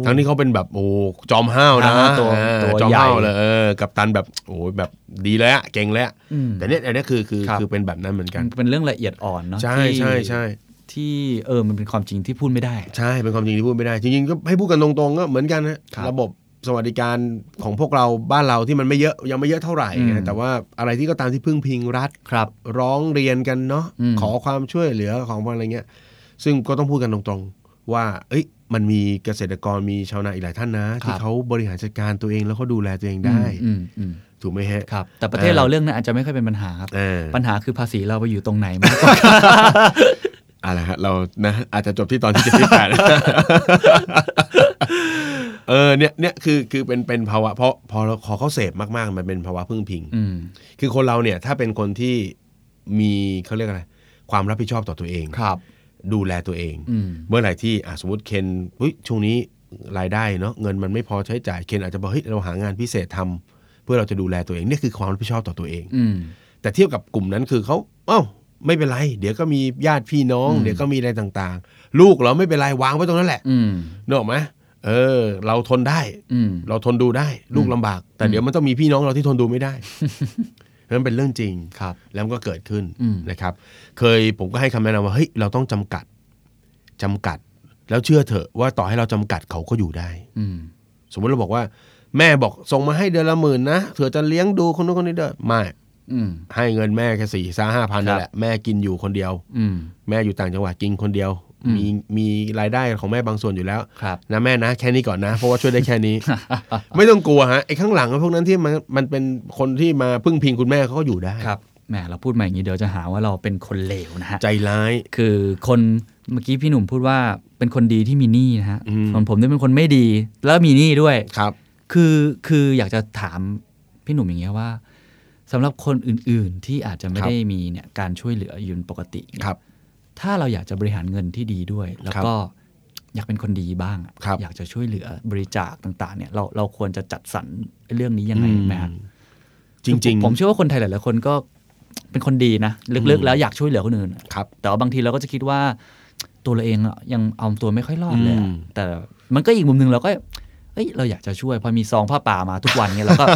Speaker 4: ทั้งนี้เขาเป็นแบบโอ้จอมห้าวนะ
Speaker 3: อ่าตัว
Speaker 4: เออ
Speaker 3: ตัว
Speaker 4: จอม
Speaker 3: ใหญ่
Speaker 4: ห้าวเลยเออกัปตันแบบโอ้ยแบบดีแล้วอะเก่งแล้วอะ
Speaker 3: อืม
Speaker 4: แต่เนี้ยอันเนี้ยคือคือ
Speaker 3: ครับ
Speaker 4: คือเป็นแบบนั้นเหมือนกัน
Speaker 3: มันเป็นเรื่องละเอียดอ่อนเนาะ
Speaker 4: ใช่
Speaker 3: ที่
Speaker 4: ใช่ใช่
Speaker 3: ที่เออมันเป็นความจริงที่พูดไม่ได้
Speaker 4: ใช่ เป็นความจริงที่พูดไม่ได้ จริงๆก็ให้พูดกันตรงๆก็เหมือนกันนะครับระบบสวัสดิการของพวกเราบ้านเราที่มันไม่เยอะยังไม่เยอะเท่าไหร่
Speaker 3: อืม
Speaker 4: นะแต่ว่าอะไรที่ก็ตามที่พึ่งพิงรัฐ
Speaker 3: ครับ
Speaker 4: ร้องเรียนกันเนาะ
Speaker 3: อืม
Speaker 4: ขอความช่วยเหลือของอะไรเงี้ย ซึ่งก็ต้องพูดกันตรงๆ ว่า เอ้ย มันมีเกษตรกรมีชาวนาอีกหลายท่านนะ
Speaker 3: ครับ
Speaker 4: ที่เขาบริหารจัดการตัวเองแล้วเขาดูแลตัวเองได้
Speaker 3: อืมอืม
Speaker 4: ถูกไหมฮะ
Speaker 3: ครับ แต่ประเทศเราเรื่องนั้นอาจจะไม่ค่อยเป็นปัญหาครับ
Speaker 4: อ่า
Speaker 3: ปัญหาคือภาษีเราไปอยู่ตรงไหนมากกว่า
Speaker 4: อะไรฮะเรานะอาจจะจบที่ตอนที่จะพิการ เออเนี่ยเนี่ยคือคือเป็นเป็นภาวะเพราะพอเราขอเขาเสพมากๆ มันเป็นภาวะพึ่งพิง
Speaker 3: อืม
Speaker 4: คือคนเราเนี่ยถ้าเป็นคนที่มีเขาเรียกอะไร ความรับผิดชอบต่อตัวเอง
Speaker 3: ครับ
Speaker 4: ดูแลตัวเอง
Speaker 3: อืม
Speaker 4: เมื่อไหร่ที่อ่ะสมมติเคนเฮ้ยช่วงนี้รายได้เนาะเงินมันไม่พอใช้จ่ายเคนอาจจะบอกเฮ้ยเราหางานพิเศษทำเพื่อเราจะดูแลตัวเองเนี่ยคือความรับผิดชอบต่อตัวเอง
Speaker 3: อืม
Speaker 4: แต่เทียบกับกลุ่มนั้นคือเขาเอ้าไม่เป็นไร เดี๋ยวก็มีญาติพี่น้อง
Speaker 3: อืม
Speaker 4: เดี๋ยวก็มีอะไรต่างๆ ลูกเราไม่เป็นไรวางไว้ตรงนั้นแหละ
Speaker 3: อืม
Speaker 4: นึกออกไหมเออ เราทนได้
Speaker 3: อืม
Speaker 4: เราทนดูได้ลูกลำบาก แต่
Speaker 3: อืม
Speaker 4: เดี๋ยวมันต้องมีพี่น้องเราที่ทนดูไม่ได้เพราะฉะนั้นเป็นเรื่องจริง
Speaker 3: ครับ
Speaker 4: แล้วมันก็เกิดขึ้น
Speaker 3: อืม
Speaker 4: นะครับ เคยผมก็ให้คำแนะนำว่าเฮ้ยเราต้องจำกัดจำกัด แล้วเชื่อเถอะว่าต่อให้เราจำกัดเขาก็อยู่ได้
Speaker 3: อืม
Speaker 4: สมมุติเราบอกว่า แม่บอกส่งมาให้เดือนละหมื่นนะเผื่อจะเลี้ยงดูคนนู้นคนนี้เด้อไม่
Speaker 3: อืม
Speaker 4: ให้เงินแม่แค่สี่สาห้าพัน
Speaker 3: ค
Speaker 4: นั่น
Speaker 3: รับ
Speaker 4: แหละแม่กินอยู่คนเดียว
Speaker 3: อืม
Speaker 4: แม่อยู่ต่างจังหวัดกินคนเดียว
Speaker 3: อืม
Speaker 4: มีมีรายได้ของแม่บางส่วนอยู่แล้ว
Speaker 3: ครับ
Speaker 4: นะแม่นะแค่นี้ก่อนนะ เพราะว่าช่วยได้แค่ นี้ ไม่ต้องกลัวฮะไอ้ข้างหลังพวกนั้นที่มันมันเป็นคนที่มาพึ่งพิงคุณแม่เขาก็อยู่ได้
Speaker 3: ครับ แหม เราพูดมาอย่างนี้เดี๋ยวจะหาว่าเราเป็นคนเลวนะฮะ
Speaker 4: ใจร้าย
Speaker 3: คือคนเมื่อกี้พี่หนุ่มพูดว่าเป็นคนดีที่มีหนี้นะฮะ
Speaker 4: อืม
Speaker 3: ส่วนผมเนี่ยเป็นคนไม่ดี แล้วมีหนี้ด้วย
Speaker 4: ครับ
Speaker 3: คือคืออยากจะถามพี่หนุ่มอย่างเงี้ยว่าสำหรับคนอื่นๆที่อาจจะไม่
Speaker 4: ครับ
Speaker 3: ได้มีเนี่ยการช่วยเหลือยืนปกติเนี่ย
Speaker 4: ครับ
Speaker 3: ถ้าเราอยากจะบริหารเงินที่ดีด้วย แล้วก็อยากเป็นคนดีบ้างอะ
Speaker 4: ครับ
Speaker 3: อยากจะช่วยเหลือบริจาคต่างๆ เนี่ยเราเราควรจะจัดสรรเรื่องนี้ยังไง
Speaker 4: อืม
Speaker 3: ไหมฮะ
Speaker 4: จริง
Speaker 3: ผมผมเชื่อว่าคนไทยหลายๆคนก็เป็นคนดีนะลึกๆ แล้วอยากช่วยเหลือคนอื่นอะ
Speaker 4: ๆ ครับ
Speaker 3: แต่ว่าบางทีเราก็จะคิดว่า ตัวเราเองอะยังเอาตัวไม่ค่อยรอดเลยอะ
Speaker 4: อืม
Speaker 3: แต่มันก็อีกมุมหนึ่งเราก็เอ้ยเราอยากจะช่วยพอมีซองผ้าป่ามาทุกวันเนี่ยเรา ก็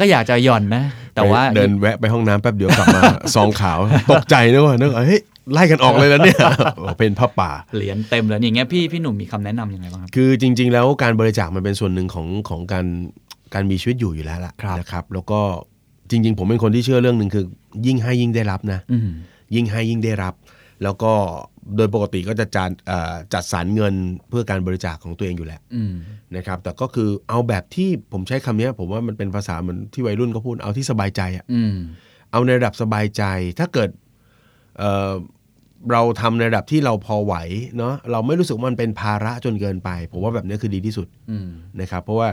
Speaker 3: ก็อยากจะหย่อนนะ แต่ว่า
Speaker 4: เดินแวะไปห้องน้ำแป๊บเดียวกลับมา ซองขาวตกใจนึกว่านึกว่าเฮ้ยไล่กันออกเลยแล้วเนี่ย โอ้เป็นผ้าป่า
Speaker 3: เหรียญเต็มเลยอย่างเงี้ยพี่พี่หนุ่มมีคำแนะนำยังไงบ้างครับ
Speaker 4: คือจริง ๆ แล้วการบริจาคมันเป็นส่วนหนึ่งของของการการมีชีวิตอยู่อยู่แล้วล่ะ
Speaker 3: ครับ
Speaker 4: นะครับ แล้วก็จริง ๆ ผมเป็นคนที่เชื่อเรื่องหนึ่งคือ ยิ่งให้ยิ่งได้รับนะ
Speaker 3: อืม
Speaker 4: ยิ่งให้ยิ่งได้รับ แล้วก็โดยปกติก็จะจานเอ่อจัดสรรเงินเพื่อการบริจาคของตัวเองอยู่แล้ว
Speaker 3: อืม
Speaker 4: นะครับ แต่ก็คือเอาแบบที่ผมใช้คำเนี้ย ผมว่ามันเป็นภาษาเหมือนที่วัยรุ่นก็พูดเอาที่สบายใจอะ
Speaker 3: อืม
Speaker 4: เอาในระดับสบายใจ ถ้าเกิดเอ่อเราทำในระดับที่เราพอไหวเนาะเราไม่รู้สึกว่ามันเป็นภาระจนเกินไป ผมว่าแบบนี้คือดีที่สุด
Speaker 3: อืม
Speaker 4: นะครับ เพราะว่า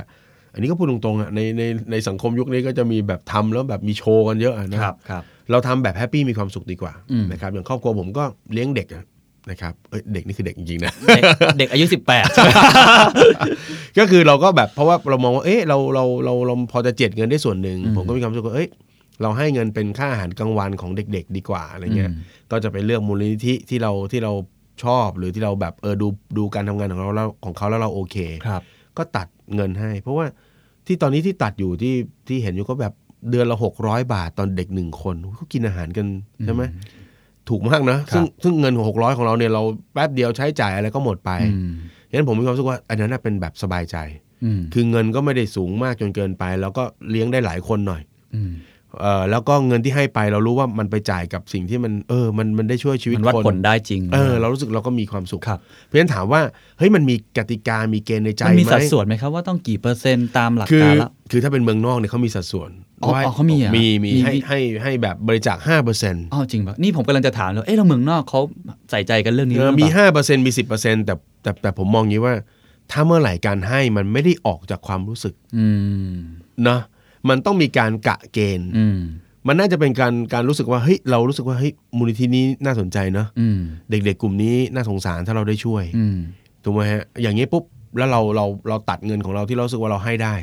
Speaker 4: อันนี้ก็พูดตรงๆอ่ะในในในสังคมยุคนี้ก็จะมีแบบทำแล้วแบบมีโชว์กันเยอะอะนะครับ
Speaker 3: ครับ
Speaker 4: เราทำแบบแฮปปี้มีความสุขดีกว่า
Speaker 3: อืม
Speaker 4: นะครับอย่างครอบครัวผมก็เลี้ยงเด็กอะนะครับเอ้ยเด็กนี่คือเด็กจริงๆนะ
Speaker 3: เด็กเด็กอายุ 18ใช่ไหม
Speaker 4: ก็คือเราก็แบบเพราะว่าเรามองว่าเอ๊ะเราเราเราเราพอจะเจ็ดเงินได้ส่วนหนึ่ง
Speaker 3: อืม
Speaker 4: ผมก็มีความรู้สึกว่าเอ้ยเราให้เงินเป็นค่าอาหารกลางวันของเด็ก ๆ ดีกว่าอะไรเงี้ย
Speaker 3: อืม
Speaker 4: ก็จะไปเลือกมูลนิธิที่เราที่เราชอบหรือที่เราแบบเออดูดูการทำงานของเราแล้วของเขาแล้วเราโอเค
Speaker 3: ครับ
Speaker 4: ก็ตัดเงินให้ เพราะว่าที่ตอนนี้ที่ตัดอยู่ที่ที่เห็นอยู่ก็แบบเดือนละหกร้อยบาทตอนเด็กหนึ่งคนเขากินอาหารกันใช่ไหมถูกมากนะซึ่งซึ่งเงินหกร้อยของเราเนี่ยเราแป๊บเดียวใช้จ่ายอะไรก็หมดไป
Speaker 3: อืม
Speaker 4: ฉะนั้นผมมีความรู้สึกว่าอันนั้นน่ะเป็นแบบสบายใจ
Speaker 3: อืม
Speaker 4: คือเงินก็ไม่ได้สูงมากจนเกินไป แล้วก็เลี้ยงได้หลายคนหน่อย
Speaker 3: อืม
Speaker 4: เออแล้วก็เงินที่ให้ไปเรารู้ว่ามันไปจ่ายกับสิ่งที่มันเออมันมันได้ช่วยชีวิต
Speaker 3: มันวัด
Speaker 4: คน
Speaker 3: ผลได้จริง
Speaker 4: เออเรารู้สึกเราก็มีความสุข
Speaker 3: ครับ
Speaker 4: เพราะฉะนั้นถามว่าเฮ้ยมันมีกติกามีเกณฑ์ในใจ
Speaker 3: มัน
Speaker 4: ไห
Speaker 3: มี
Speaker 4: ม
Speaker 3: สัดส่วนไหมครับว่าต้องกี่เปอร์เซ็นต์ตามหลัก
Speaker 4: คือ
Speaker 3: การละ
Speaker 4: คือถ้าเป็นเมืองนอกเนี่ยเขามีสัดส่วน
Speaker 3: อ๋อ
Speaker 4: ว่
Speaker 3: อ๋อเขามีเหรอ
Speaker 4: มีมี
Speaker 3: มี
Speaker 4: ให้ให้ให้แบบบริจาค5%เปอร์เซ็นต์
Speaker 3: อ๋อจริงปะนี่ผมกำลังจะถามเลยเอ๊ะเราเมืองนอกเขาใส่ใจกันเรื่องนี้หรือเป
Speaker 4: มี
Speaker 3: ล่า
Speaker 4: 5%เปอร์เซ็นต์มี10%เปอร์เซ็นต์แต่แต่แต่ผมมองอย่างนี้ว่า ถ้าเมื่อไหร่การให้มันไม่ได้ออกจากความรู้สึก
Speaker 3: อืม
Speaker 4: นะมันต้องมีการกะเกณฑ์
Speaker 3: อืม
Speaker 4: มันน่าจะเป็นการการรู้สึกว่าเฮ้ยเรารู้สึกว่าเฮ้ยมูลนิธินี้น่าสนใจเนาะ
Speaker 3: อืม
Speaker 4: เด็กๆ กลุ่มนี้น่าสงสารถ้าเราได้ช่วย
Speaker 3: อืม
Speaker 4: ถูกไหมฮะอย่างนี้ปุ๊บ แล้วเราเราเราตัดเงินของเราที่เรารู้สึกว่าเราให้ได้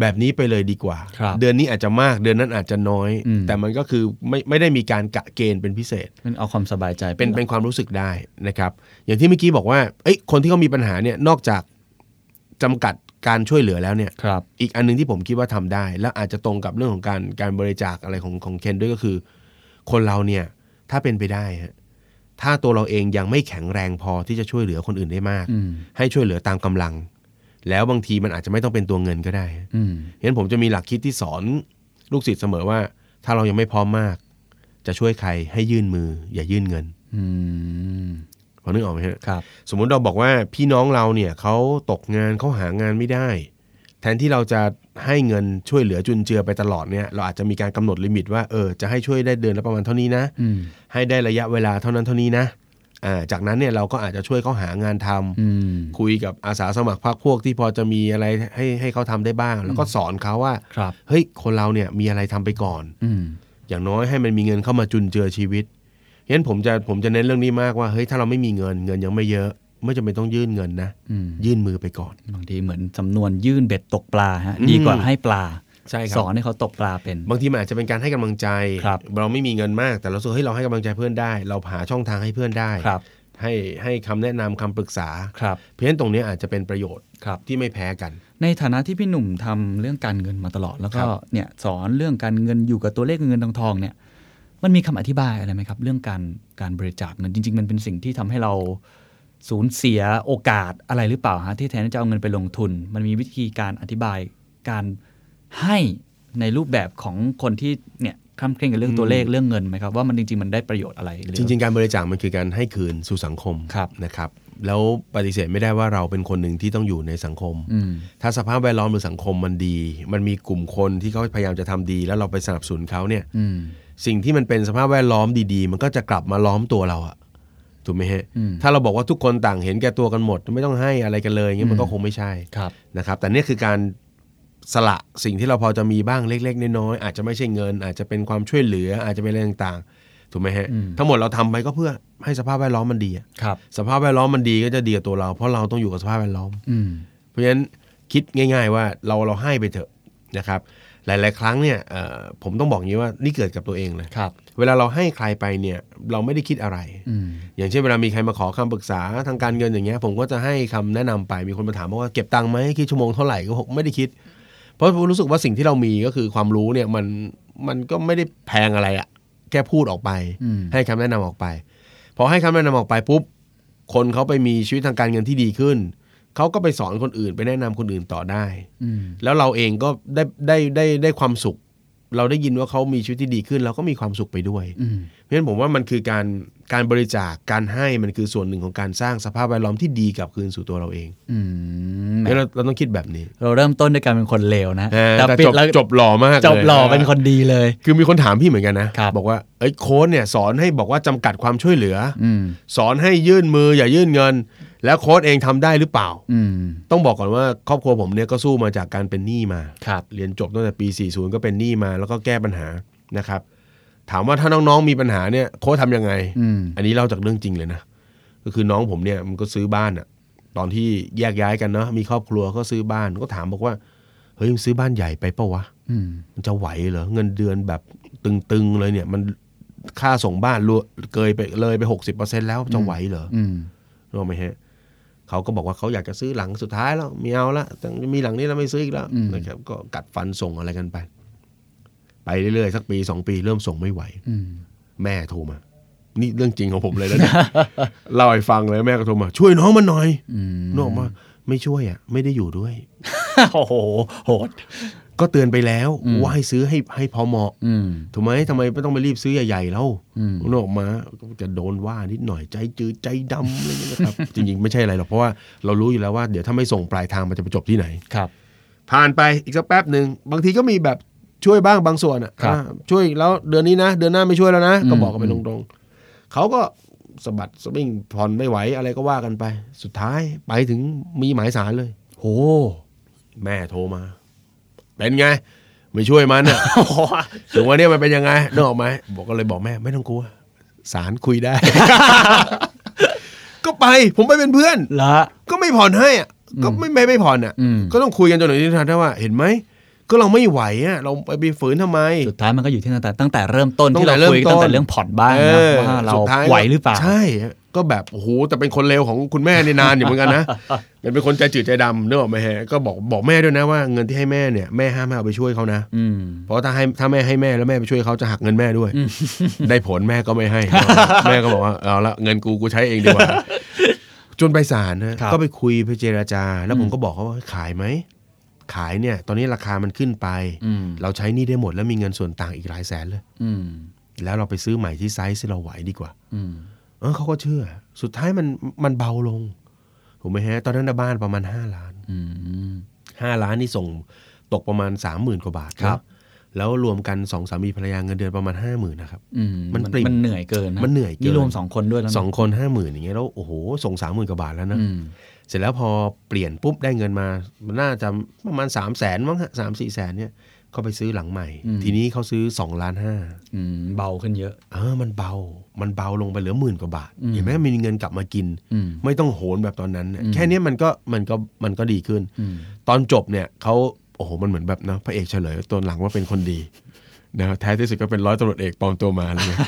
Speaker 4: แบบนี้ไปเลยดีกว่า
Speaker 3: ครับ
Speaker 4: เดือนนี้อาจจะมากเดือนนั้นอาจจะน้อย
Speaker 3: อืม
Speaker 4: แต่มันก็คือไม่ไม่ได้มีการกะเกณฑ์เป็นพิเศษ
Speaker 3: มันเอาความสบายใจ
Speaker 4: เป็น
Speaker 3: หลัก
Speaker 4: เป็นความรู้สึกได้นะครับ อย่างที่เมื่อกี้บอกว่าเอ้ยคนที่เขามีปัญหาเนี่ยนอกจากจำกัดการช่วยเหลือแล้วเนี่ย
Speaker 3: ครับ
Speaker 4: อีกอันหนึงที่ผมคิดว่าทำได้ และอาจจะตรงกับเรื่องของการการบริจาคอะไรของของเคนด้วยก็คือ คนเราเนี่ยถ้าเป็นไปได้ฮะถ้าตัวเราเองยังไม่แข็งแรงพอที่จะช่วยเหลือคนอื่นได้มาก
Speaker 3: อืม
Speaker 4: ให้ช่วยเหลือตามกำลัง แล้วบางทีมันอาจจะไม่ต้องเป็นตัวเงินก็ได้ฮะ
Speaker 3: อืม
Speaker 4: เห็นผมจะมีหลักคิดที่สอนลูกศิษย์เสมอว่า ถ้าเรายังไม่พร้อมมาก จะช่วยใครให้ยื่นมือ อย่ายื่นเงิน
Speaker 3: อืม
Speaker 4: พอนึกออกไหมฮะ
Speaker 3: ครับ
Speaker 4: สมมุติเราบอกว่าพี่น้องเราเนี่ยเขาตกงานเขาหางานไม่ได้ แทนที่เราจะให้เงินช่วยเหลือจุนเจือไปตลอดเนี่ยเราอาจจะมีการกำหนดลิมิตว่าเออจะให้ช่วยได้เดือนละประมาณเท่านี้นะ
Speaker 3: อืม
Speaker 4: ให้ได้ระยะเวลาเท่านั้นเท่านี้นะอ่าจากนั้นเนี่ยเราก็อาจจะช่วยเขาหางานทำ
Speaker 3: อืม
Speaker 4: คุยกับอาสาสมัครพรรคพวกที่พอจะมีอะไรให้ให้เขาทำได้บ้าง แล้วก็สอนเขาว่า
Speaker 3: ครับ
Speaker 4: เฮ้ย คนเราเนี่ยมีอะไรทำไปก่อน
Speaker 3: อืม
Speaker 4: อย่างน้อยให้มันมีเงินเข้ามาจุนเจือชีวิตงั้นผมจะผมจะเน้นเรื่องนี้มากว่าเฮ้ยถ้าเราไม่มีเงินเงินยังไม่เยอะ ไม่จำเป็นต้องยื่นเงินนะ
Speaker 3: อืม
Speaker 4: ยื่นมือไปก่อน
Speaker 3: บางทีเหมือนจำนวนยื่นเบ็ดตกปลาฮะ
Speaker 4: อืม
Speaker 3: ดีกว่าให้ปลา
Speaker 4: ใช่ครับ
Speaker 3: สอนให้เขาตกปลาเป็น
Speaker 4: บางทีมันอาจจะเป็นการให้กำลังใจ
Speaker 3: ครับ
Speaker 4: เราไม่มีเงินมาก แต่เรารู้สึกเฮ้ยเราให้กำลังใจเพื่อนได้ เราหาช่องทางให้เพื่อนได้
Speaker 3: ครับ
Speaker 4: ให้ให้คำแนะนำคำปรึกษา
Speaker 3: ครับ
Speaker 4: เพราะฉะนั้นตรงเนี้ยอาจจะเป็นประโยชน์
Speaker 3: ครับ
Speaker 4: ที่ไม่แพ้กัน
Speaker 3: ในฐานะที่พี่หนุ่มทำเรื่องการเงินมาตลอด แล้วก็
Speaker 4: ครับ
Speaker 3: เนี่ยสอนเรื่องการเงินอยู่กับตัวเลขเงินทองทองเนี่ย มันมีคำอธิบายอะไรไหมครับ เรื่องการการบริจาคเงินจริง ๆ มันเป็นสิ่งที่ทำให้เราสูญเสียโอกาสอะไรหรือเปล่าฮะที่แทนที่จะเอาเงินไปลงทุน มันมีวิธีการอธิบายการให้ในรูปแบบของคนที่เนี่ยคล่ำเคร่งกับเรื่องตัวเลขเรื่องเงินไหมครับว่ามันจริง ๆ มันได้ประโยชน์อะไรหอ
Speaker 4: จริง ๆ การบริจาคมันคือการให้คืนสู่สังคม
Speaker 3: ครับ
Speaker 4: นะครับ แล้วปฏิเสธไม่ได้ว่าเราเป็นคนหนึ่งที่ต้องอยู่ในสังคม
Speaker 3: อืม
Speaker 4: ถ้าสภาพแวดล้อมหรือสังคมมันดี มันมีกลุ่มคนที่เขาพยายามจะทำดี แล้วเราไปสนับสนุนเขาเนี่ย
Speaker 3: อืม
Speaker 4: สิ่งที่มันเป็นสภาพแวดล้อมดีๆ มันก็จะกลับมาล้อมตัวเราอะถูกไหมฮะ
Speaker 3: อืม
Speaker 4: ถ้าเราบอกว่าทุกคนต่างเห็นแก่ตัวกันหมด ไม่ต้องให้อะไรกันเลยอย่างเงี้ยมันก็
Speaker 3: อืม
Speaker 4: คงไม่ใช่
Speaker 3: ครับ
Speaker 4: นะครับ แต่เนี่ยคือการสละสิ่งที่เราพอจะมีบ้างเล็ก ๆ น้อยๆอาจจะไม่ใช่เงิน อาจจะเป็นความช่วยเหลือ อาจจะเป็นอะไรต่างๆถูกไหมฮะทั้งหมดเราทำไปก็เพื่อให้สภาพแวดล้อมมันดีอะ
Speaker 3: ครับ
Speaker 4: สภาพแวดล้อมมันดีก็จะดีกับตัวเรา เพราะเราต้องอยู่กับสภาพแวดล้อม
Speaker 3: อืม
Speaker 4: เพราะฉะนั้นคิดง่าย ๆ ว่าเราเราให้ไปเถอะนะครับ หลาย ๆ ครั้งเนี่ยเอ่อผมต้องบอกอย่างนี้ว่านี่เกิดกับตัวเองเลย
Speaker 3: ครับ
Speaker 4: เวลาเราให้ใครไปเนี่ยเราไม่ได้คิดอะไร
Speaker 3: อืม
Speaker 4: อย่างเช่นเวลามีใครมาขอคำปรึกษาทางการเงินอย่างเงี้ยผมก็จะให้คำแนะนำไปมีคนมาถามว่าเก็บตังค์ไหมคิดชั่วโมงเท่าไหร่ก็บอกไม่ได้คิด เพราะผมรู้สึกว่าสิ่งที่เรามีก็คือความรู้เนี่ยมันมันก็ไม่ได้แพงอะไรอะแค่พูดออกไป
Speaker 3: อืม
Speaker 4: ให้คำแนะนำออกไป พอให้คำแนะนำออกไปปุ๊บคนเขาไปมีชีวิตทางการเงินที่ดีขึ้นเขาก็ไปสอนคนอื่นไปแนะนำคนอื่นต่อได้
Speaker 3: อืม
Speaker 4: แล้วเราเองก็ได้ได้ได้ได้ความสุข เราได้ยินว่าเขามีชีวิตที่ดีขึ้น เราก็มีความสุขไปด้วย
Speaker 3: อืม
Speaker 4: เพราะฉะนั้นผมว่ามันคือการการบริจาคการให้มันคือส่วนหนึ่งของการสร้างสภาพแวดล้อมที่ดีกลับคืนสู่ตัวเราเอง
Speaker 3: อืม
Speaker 4: เพราะฉะนั้นเราเราต้องคิดแบบนี้
Speaker 3: เราเริ่มต้นด้วยการเป็นคนเลวนะ
Speaker 4: เออแต่
Speaker 3: ปิด
Speaker 4: จบ
Speaker 3: แล้ว
Speaker 4: จบหล่อมาก
Speaker 3: จบหล่อ
Speaker 4: ลยะ
Speaker 3: เป็นคนดีเลย
Speaker 4: คือมีคนถามพี่เหมือนกันนะครับ บอกว่าเอ้ยโค้ดเนี่ยสอนให้บอกว่าจำกัดความช่วยเหลืออ
Speaker 3: อืม
Speaker 4: สอนให้ยื่นมืออย่ายื่นเงิน แล้วโค้ดเองทำได้หรือเปล่า
Speaker 3: อืม
Speaker 4: ต้องบอกก่อนว่าครอบครัวผมเนี่ยก็สู้มาจากการเป็นหนี้มา
Speaker 3: ครับ
Speaker 4: เรียนจบตั้งแต่ปี 40 ก็เป็นหนี้มาแล้วก็แก้ปัญหานะครับ ถามว่าถ้าน้องๆ มีปัญหาเนี่ยโค้ชทำยังไง
Speaker 3: อืม
Speaker 4: อันนี้เล่าจากเรื่องจริงเลยนะ ก็คือน้องผมเนี่ยมันก็ซื้อบ้านอะตอนที่แยกย้ายกันเนาะมีครอบครัวก็ซื้อบ้านก็ถามบอกว่า เฮ้ยมึงซื้อบ้านใหญ่ไปเปะวะ
Speaker 3: อืม
Speaker 4: มันจะไหวเหรอเงินเดือนแบบตึงๆเลยเนี่ยมันค่าส่งบ้านรัวเกยไปเลยไป 60%แล้วจะไหวเหรอ
Speaker 3: อืม
Speaker 4: รู้ไหมฮะเขาก็บอกว่าเขาอยากจะซื้อหลังสุดท้ายแล้วไม่เอาละต้องมีหลังนี้แล้วไม่ซื้ออีกแล้ว
Speaker 3: อืม
Speaker 4: นะครับก็กัดฟันส่งอะไรกันไป ไปเรื่อยๆสักปีสองปีเริ่มส่งไม่ไหว
Speaker 3: อืม
Speaker 4: แม่โทรมา นี่เรื่องจริงของผมเลยนะเนี่ย เล่าให้ฟังเลยแม่ก็โทรมา ช่วยน้องมันหน่อย
Speaker 3: อืม
Speaker 4: น้องบอกว่าไม่ช่วยอ่ะ ไม่ได้อยู่ด้วย
Speaker 3: โอ้โห โหด
Speaker 4: ก็เตือนไปแล้วว่าให้ซื้อให้ให้พอเหมาะ
Speaker 3: อืม
Speaker 4: ถูกไหมทำไมไม่ต้องไปรีบซื้อใหญ่ๆแล้ว
Speaker 3: อืม
Speaker 4: น้องออกมาก็จะโดนว่านิดหน่อยใจจืดใจดำอะไรอย่างเงี้ยนะครับ จริงๆไม่ใช่อะไรหรอกเพราะว่าเรารู้อยู่แล้วว่าเดี๋ยวถ้าไม่ส่งปลายทางมันจะไปจบที่ไหน
Speaker 3: ครับ
Speaker 4: ผ่านไปอีกสักแป๊บหนึ่งบางทีก็มีแบบช่วยบ้างบางส่วนอ่ะ
Speaker 3: ครับ
Speaker 4: อ่าช่วยแล้วเดือนนี้นะ เดือนหน้าไม่ช่วยแล้วนะ
Speaker 3: อืม
Speaker 4: ก็บอกกันไปตรงๆเขาก็สะบัดสะบิ้งผ่อนไม่ไหวอะไรก็ว่ากันไป สุดท้ายไปถึงมีหมายสารเลย
Speaker 3: โห
Speaker 4: แม่โทรมา เป็นไง ไม่ช่วยมันอ่ะ ถึงวันนี้มันเป็นยังไงนึกออกไหมบอกก็เลยบอกแม่ไม่ต้องกลัวสารคุย ได้ ก็ไปผมไปเป็นเพื่อน
Speaker 3: ละ
Speaker 4: ก็ไม่ผ่อนให้อะ ก็ไม่ไม่ไม่ผ่อนอ่ะ
Speaker 3: อืม
Speaker 4: ก็ต้องคุยกันจนถึงที่สุดท้ายว่าเห็นไหมก็เราไม่ไหวอ่ะเราไปไปฝืนทำไม
Speaker 3: สุดท้ายมันก็อยู่ที่ตั้งแต่ตั้งแต่เริ่มต้น
Speaker 4: ตั้
Speaker 3: ที่
Speaker 4: งแต่
Speaker 3: เราคุยกันตั้
Speaker 4: เริ่มต้น
Speaker 3: งแต่เรื่องผ่อนบ้านนะ
Speaker 4: ออ
Speaker 3: ว่าเรา
Speaker 4: สุดท้ย
Speaker 3: ไหวหรือเปล่า
Speaker 4: ใช่ก็แบบโอ้โหแต่เป็นคนเลวของคุณแม่นี่นานอยู่เหมือนกันนะ มันเป็นคนใจจืดใจดำเนกอะไหมฮะก็บอกบอกแม่ด้วยนะว่าเงินที่ให้แม่เนี่ยแม่ห้ามให้เอาไปช่วยเขานะ
Speaker 3: อืม
Speaker 4: เพราะถ้าให้ถ้าแม่ให้แม่แล้วแม่ไปช่วยเขาจะหักเงินแม่ ด้วย ได้ผลแม่ก็ไม่ให้ แม่ก็บอกว่าเอาละเงินกูกูใช้เองดีกว่า จนไปศาลนะครับ ก็ไปคุยไปเจรจา แล้วผมก็บอกเขาว่าขายไหมขายเนี่ย ตอนนี้ราคามันขึ้นไป
Speaker 3: อืม
Speaker 4: เราใช้หนี่ได้หมดแล้วมีเงินส่วนต่างอีกหลายแสนเลย
Speaker 3: อืม
Speaker 4: แล้วเราไปซื้อใหม่ที่ไซส์ที่เราไหวดีกว่า
Speaker 3: อืม
Speaker 4: เออเขาก็เชื่อ สุดท้ายมันมันเบาลงถูกไหมฮะ ตอนนั้นนะบ้านประมาณ 5 ล้าน
Speaker 3: อืม
Speaker 4: 5 ล้านนี่ส่งตกประมาณ 30,000 กว่าบาท
Speaker 3: ครับ
Speaker 4: นะแล้วรวมกันสองสามีภรรยาเงินเดือนประมาณ 50,000นะครับ
Speaker 3: อืม
Speaker 4: มันปริ่ม
Speaker 3: มันเหนื่อยเกินะ
Speaker 4: มันเหนื่อยเกิน
Speaker 3: นี่รวมสองคนด้วยแล้วนะ
Speaker 4: สองคน 50,000อย่างเงี้ยแล้วโอ้โหส่ง 30,000 กว่าบาทแล้วนะ
Speaker 3: อืม
Speaker 4: เสร็จแล้วพอเปลี่ยนปุ๊บได้เงินมามันน่าจะประมาณ 3 0 0แสนมั้งฮะสามสี่แสนเนี่ยเขาไปซื้อหลังใหม่ ทีนี้เขาซื้อ2ล้านห้า
Speaker 3: อืมเบาขึ้นเยอะ
Speaker 4: เออมันเบามันเบาลงไปเหลือหมื่นกว่าบาทเห็นไหมมีเงินกลับมากิน
Speaker 3: อืม
Speaker 4: ไม่ต้องโหนแบบตอนนั้นเนี่ยแค่เนี้ยมันก็มันก็มันก็ดีขึ้น
Speaker 3: อืม
Speaker 4: ตอนจบเนี่ยเขาโอ้โหมันเหมือนแบบนะพระเอกเฉลยตอนหลังว่าเป็นคนดีนะครับแท้ที่สุดก็เป็นร้อยตำรวจเอกปลอมตัวมาอะไร เงี้ย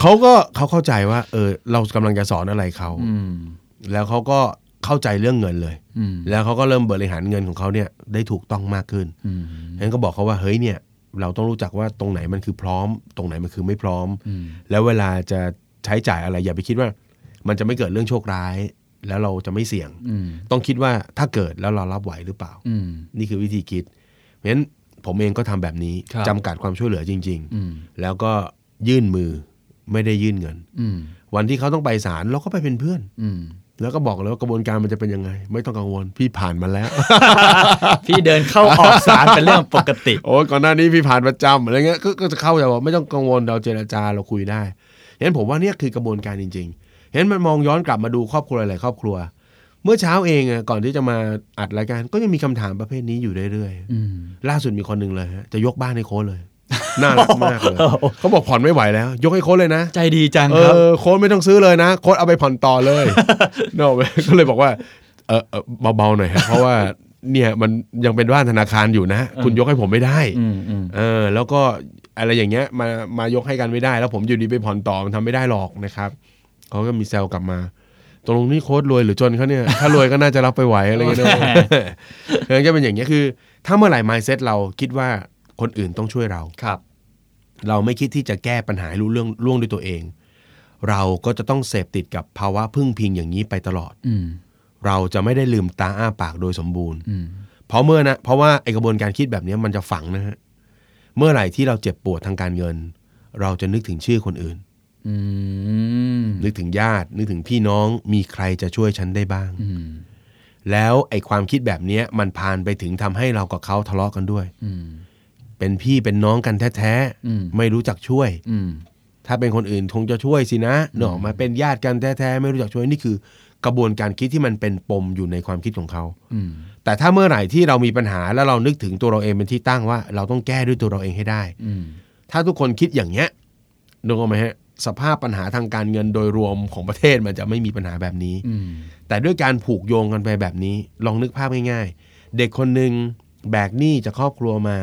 Speaker 4: เขาก็เขาเข้าใจว่า เออ เรากำลังจะสอนอะไรเขา
Speaker 3: อืม
Speaker 4: แล้วเขาก็เข้าใจเรื่องเงินเลย
Speaker 3: อืม
Speaker 4: แล้วเขาก็เริ่มบริหารเงินของเขาเนี่ยได้ถูกต้องมากขึ้น
Speaker 3: อืม
Speaker 4: ฉะนั้นก็บอกเขาว่าเฮ้ยเนี่ย เราต้องรู้จักว่าตรงไหนมันคือพร้อม ตรงไหนมันคือไม่พร้อม
Speaker 3: อืม
Speaker 4: แล้วเวลาจะใช้จ่ายอะไร อย่าไปคิดว่า มันจะไม่เกิดเรื่องโชคร้าย แล้วเราจะไม่เสี่ยง
Speaker 3: อืม
Speaker 4: ต้องคิดว่าถ้าเกิดแล้วเรารับไหวหรือเปล่า
Speaker 3: อืม
Speaker 4: นี่คือวิธีคิด เพราะฉะนั้นผมเองก็ทำแบบนี้
Speaker 3: ครับ
Speaker 4: จำกัดความช่วยเหลือจริง
Speaker 3: อืม
Speaker 4: ๆ แล้วก็ยื่นมือไม่ได้ยื่นเงิน
Speaker 3: อืม
Speaker 4: วันที่เขาต้องไปศาลเราก็ไปเป็นเพื่อน
Speaker 3: อืม
Speaker 4: แล้วก็บอกเลยว่ากระบวนการมันจะเป็นยังไง ไม่ต้องกังวลพี่ผ่านมาแล้ว
Speaker 3: พี่เดินเข้าออกสารเป็นเรื่องปกติ
Speaker 4: โอ้ยก่อนหน้านี้พี่ผ่านประจำอะไรเงี้ยก็ก็จะเข้าใจว่าไม่ต้องกังวลเราเจรจาเราคุยได้เห็นผมว่าเนี่ยคือกระบวนการจริงๆเห็นมันมองย้อนกลับมาดูครอบครัวหลายๆครอบครัว เมื่อเช้าเองอะก่อนที่จะมาอัดรายการก็ยังมีคำถามประเภทนี้อยู่เรื่อยๆ
Speaker 3: อืม
Speaker 4: ล่าสุดมีคนหนึ่งเลยฮะจะยกบ้านให้โค้ชเลย น่ารักมากเลยเขาบอกผ่อนไม่ไหวแล้ว ยกให้โค้ชเลยนะ
Speaker 3: ใจดีจัง
Speaker 4: เอ
Speaker 3: ครับ
Speaker 4: อโค้ชไม่ต้องซื้อเลยนะ โค้ชเอาไปผ่อนต่อเลย เนอะก็เลยบอกว่าเออเออเบาๆหน่อยฮะเพราะว่าเนี่ยมันยังเป็นบ้านธนาคารอยู่นะ คุณยกให้ผมไม่ได้
Speaker 3: อืมอืม
Speaker 4: เออ แล้วก็อะไรอย่างเงี้ยมามายกให้กันไม่ได้ แล้วผมอยู่ดีไปผ่อนต่อมันทำไม่ได้หรอกนะครับเขาก็มีแซวกลับมาตกลงนี่โค้ชรวยหรือจนเขาเนี่ยถ้ารวยก็น่าจะรับไปไหวอะไรเงี้ยเนอะ เพราะฉะนั้นก็เป็นอย่างนี้ยคือ ถ้าเมื่อไหร่ mindset เราคิดว่าคนอื่นต้องช่วยเรา
Speaker 3: ครับ
Speaker 4: เราไม่คิดที่จะแก้ปัญหาให้รู้เรื่องร่วงด้วยตัวเอง เราก็จะต้องเสพติดกับภาวะพึ่งพิงอย่างนี้ไปตลอด
Speaker 3: อืม
Speaker 4: เราจะไม่ได้ลืมตาอ้าปากโดยสมบูรณ์
Speaker 3: อืม
Speaker 4: เพราะเมื่อนะเพราะว่าไอกระบวนการคิดแบบเนี้ยมันจะฝังนะฮะเมื่อไหร่ที่เราเจ็บปวดทางการเงิน เราจะนึกถึงชื่อคนอื่น
Speaker 3: อืม
Speaker 4: นึกถึงญาติ นึกถึงพี่น้องมีใครจะช่วยฉันได้บ้าง
Speaker 3: อืม
Speaker 4: แล้วไอความคิดแบบเนี้ยมันพานไปถึงทำให้เรากับเขาทะเลาะกันด้วย
Speaker 3: อืม
Speaker 4: เป็นพี่เป็นน้องกันแท้
Speaker 3: อืม
Speaker 4: ๆ ไม่รู้จักช่วย
Speaker 3: อืม
Speaker 4: ถ้าเป็นคนอื่นคงจะช่วยสินะเนอะมาเป็นญาติกันแท้ๆ ไม่รู้จักช่วยนี่คือ กระบวนการคิดที่มันเป็นปมอยู่ในความคิดของเขา
Speaker 3: อืม
Speaker 4: แต่ถ้าเมื่อไหร่ที่เรามีปัญหาแล้วเรานึกถึงตัวเราเองเป็นที่ตั้งว่า เราต้องแก้ด้วยตัวเราเองให้ได้
Speaker 3: อืม
Speaker 4: ถ้าทุกคนคิดอย่างเนี้ยนึกออกไหมฮะสภาพปัญหาทางการเงินโดยรวมของประเทศมันจะไม่มีปัญหาแบบนี้
Speaker 3: อืม
Speaker 4: แต่ด้วยการผูกโยงกันไปแบบนี้ ลองนึกภาพง่ายๆ เด็กคนหนึ่งแบกหนี้จากครอบครัวมา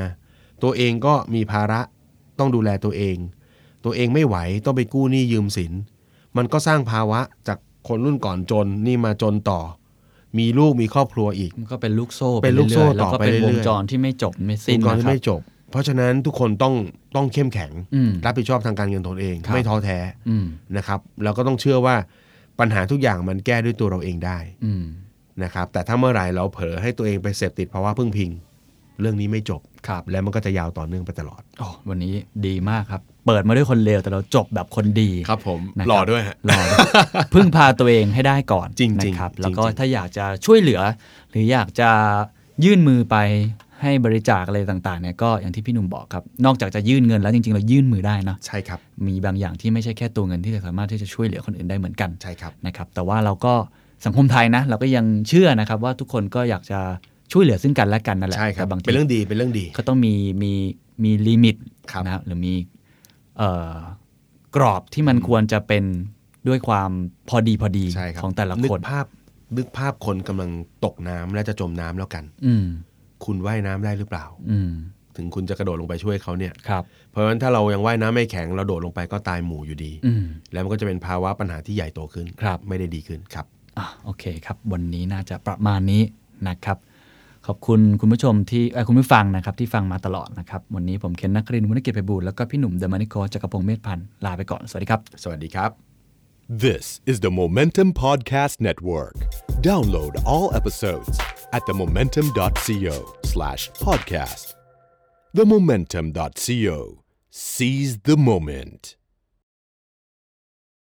Speaker 4: ตัวเองก็มีภาระต้องดูแลตัวเอง ตัวเองไม่ไหวต้องไปกู้หนี้ยืมสิน มันก็สร้างภาวะจากคนรุ่นก่อนจนนี่มาจนต่อ มีลูกมีครอบครัวอีก
Speaker 3: มันก็เป็นลูกโซ่
Speaker 4: เป็นลูกโซ่
Speaker 3: ไปเรื่ยๆแล้วก็
Speaker 4: ต่อไป
Speaker 3: เป็นว
Speaker 4: เรื่
Speaker 3: ง
Speaker 4: อยๆ
Speaker 3: จรที่ไม่จบไม่สิ้
Speaker 4: อน งค์ก
Speaker 3: นะ
Speaker 4: ร
Speaker 3: ค
Speaker 4: ที่
Speaker 3: รับ
Speaker 4: ไม่จบ เพราะฉะนั้นทุกคนต้องต้องเข้มแข็ง
Speaker 3: อืม
Speaker 4: รับผิดชอบทางการเงินตนเอง
Speaker 3: ครับ
Speaker 4: ไม่ท้อแท้
Speaker 3: อืม
Speaker 4: นะครับ แล้วก็ต้องเชื่อว่าปัญหาทุกอย่างมันแก้ด้วยตัวเราเองได้
Speaker 3: อืม
Speaker 4: นะครับแต่ถ้าเมื่อไหร่เราเผลอให้ตัวเองไปเสพติดภาวะพึ่งพิง เรื่องนี้ไม่จบ
Speaker 3: ครับ
Speaker 4: และมันก็จะยาวต่อเนื่องไปตลอด
Speaker 3: โอ้วันนี้ดีมากครับ เปิดมาด้วยคนเลวแต่เราจบแบบคนดี
Speaker 4: ครับผม
Speaker 3: นะครับ
Speaker 4: หล่อด้วยฮะ
Speaker 3: รอด้วย พึ่งพาตัวเองให้ได้ก่อน
Speaker 4: จริงๆ
Speaker 3: นะครับ
Speaker 4: จริงๆ
Speaker 3: แล้วก็ถ้าอยากจะช่วยเหลือ หรืออยากจะยื่นมือไปให้บริจาคอะไรต่างๆเนี่ยก็อย่างที่พี่หนุ่มบอกครับ นอกจากจะยื่นเงินแล้วจริงๆ เรายื่นมือได้เนาะ
Speaker 4: ใช่ครับ
Speaker 3: มีบางอย่างที่ไม่ใช่แค่ตัวเงินที่จะสามารถที่จะช่วยเหลือคนอื่นได้เหมือนกัน
Speaker 4: ใช่ครับ
Speaker 3: นะครับแต่ว่าเราก็สังคมไทยนะ เราก็ยังเชื่อนะครับว่าทุกคนก็อยากจะช่วยเหลือซึ่งกันและกันนั่นแหละ
Speaker 4: ใช่ครับ
Speaker 3: แต่บางที
Speaker 4: เป็นเรื่องดีเป็นเรื่องดี
Speaker 3: ก็ต้องมีมีมีลิมิต
Speaker 4: ครับ
Speaker 3: นะครับหรือมีเอ่อกรอบที่มันควรจะเป็นด้วยความพอดีพอดี
Speaker 4: ใช่ครับ
Speaker 3: ของแต่ละ
Speaker 4: นึ
Speaker 3: คน
Speaker 4: กภาพ นึกภาพคนกำลังตกน้ำและจะจมน้ำแล้วกัน
Speaker 3: อืม
Speaker 4: คุณว่ายน้ำได้หรือเปล่า
Speaker 3: อืม
Speaker 4: ถึงคุณจะกระโดดลงไปช่วยเขาเนี่ย
Speaker 3: ครับ
Speaker 4: เพราะฉะนั้นถ้าเรายังว่ายน้ำไม่แข็งเราโดดลงไปก็ตายหมู่อยู่ดี
Speaker 3: อืม
Speaker 4: แล้วมันก็จะเป็นภาวะปัญหาที่ใหญ่โตขึ้น
Speaker 3: ครับ
Speaker 4: ไม่ได้ดีขึ้นครับ
Speaker 3: อ่ะโอเคครับ วันนี้น่าจะประมาณนี้นะครับ ขอบคุณคุณผู้ชมที่เอ่อคุณผู้ฟังนะครับ ที่ฟังมาตลอดนะครับ วันนี้ผมเคนนักรินทร์วุฒิเกียรติไพบูลย์แล้วก็พี่หนุ่มเดอะมานิโกจักรพงศ์เมธพันธ์ลาไปก่อน สวัสดีครับ
Speaker 4: สวัสดีครับ
Speaker 1: This is the Momentum Podcast Network. Download all episodes at themomentum.co slash podcast. Themomentum.co. Seize the moment.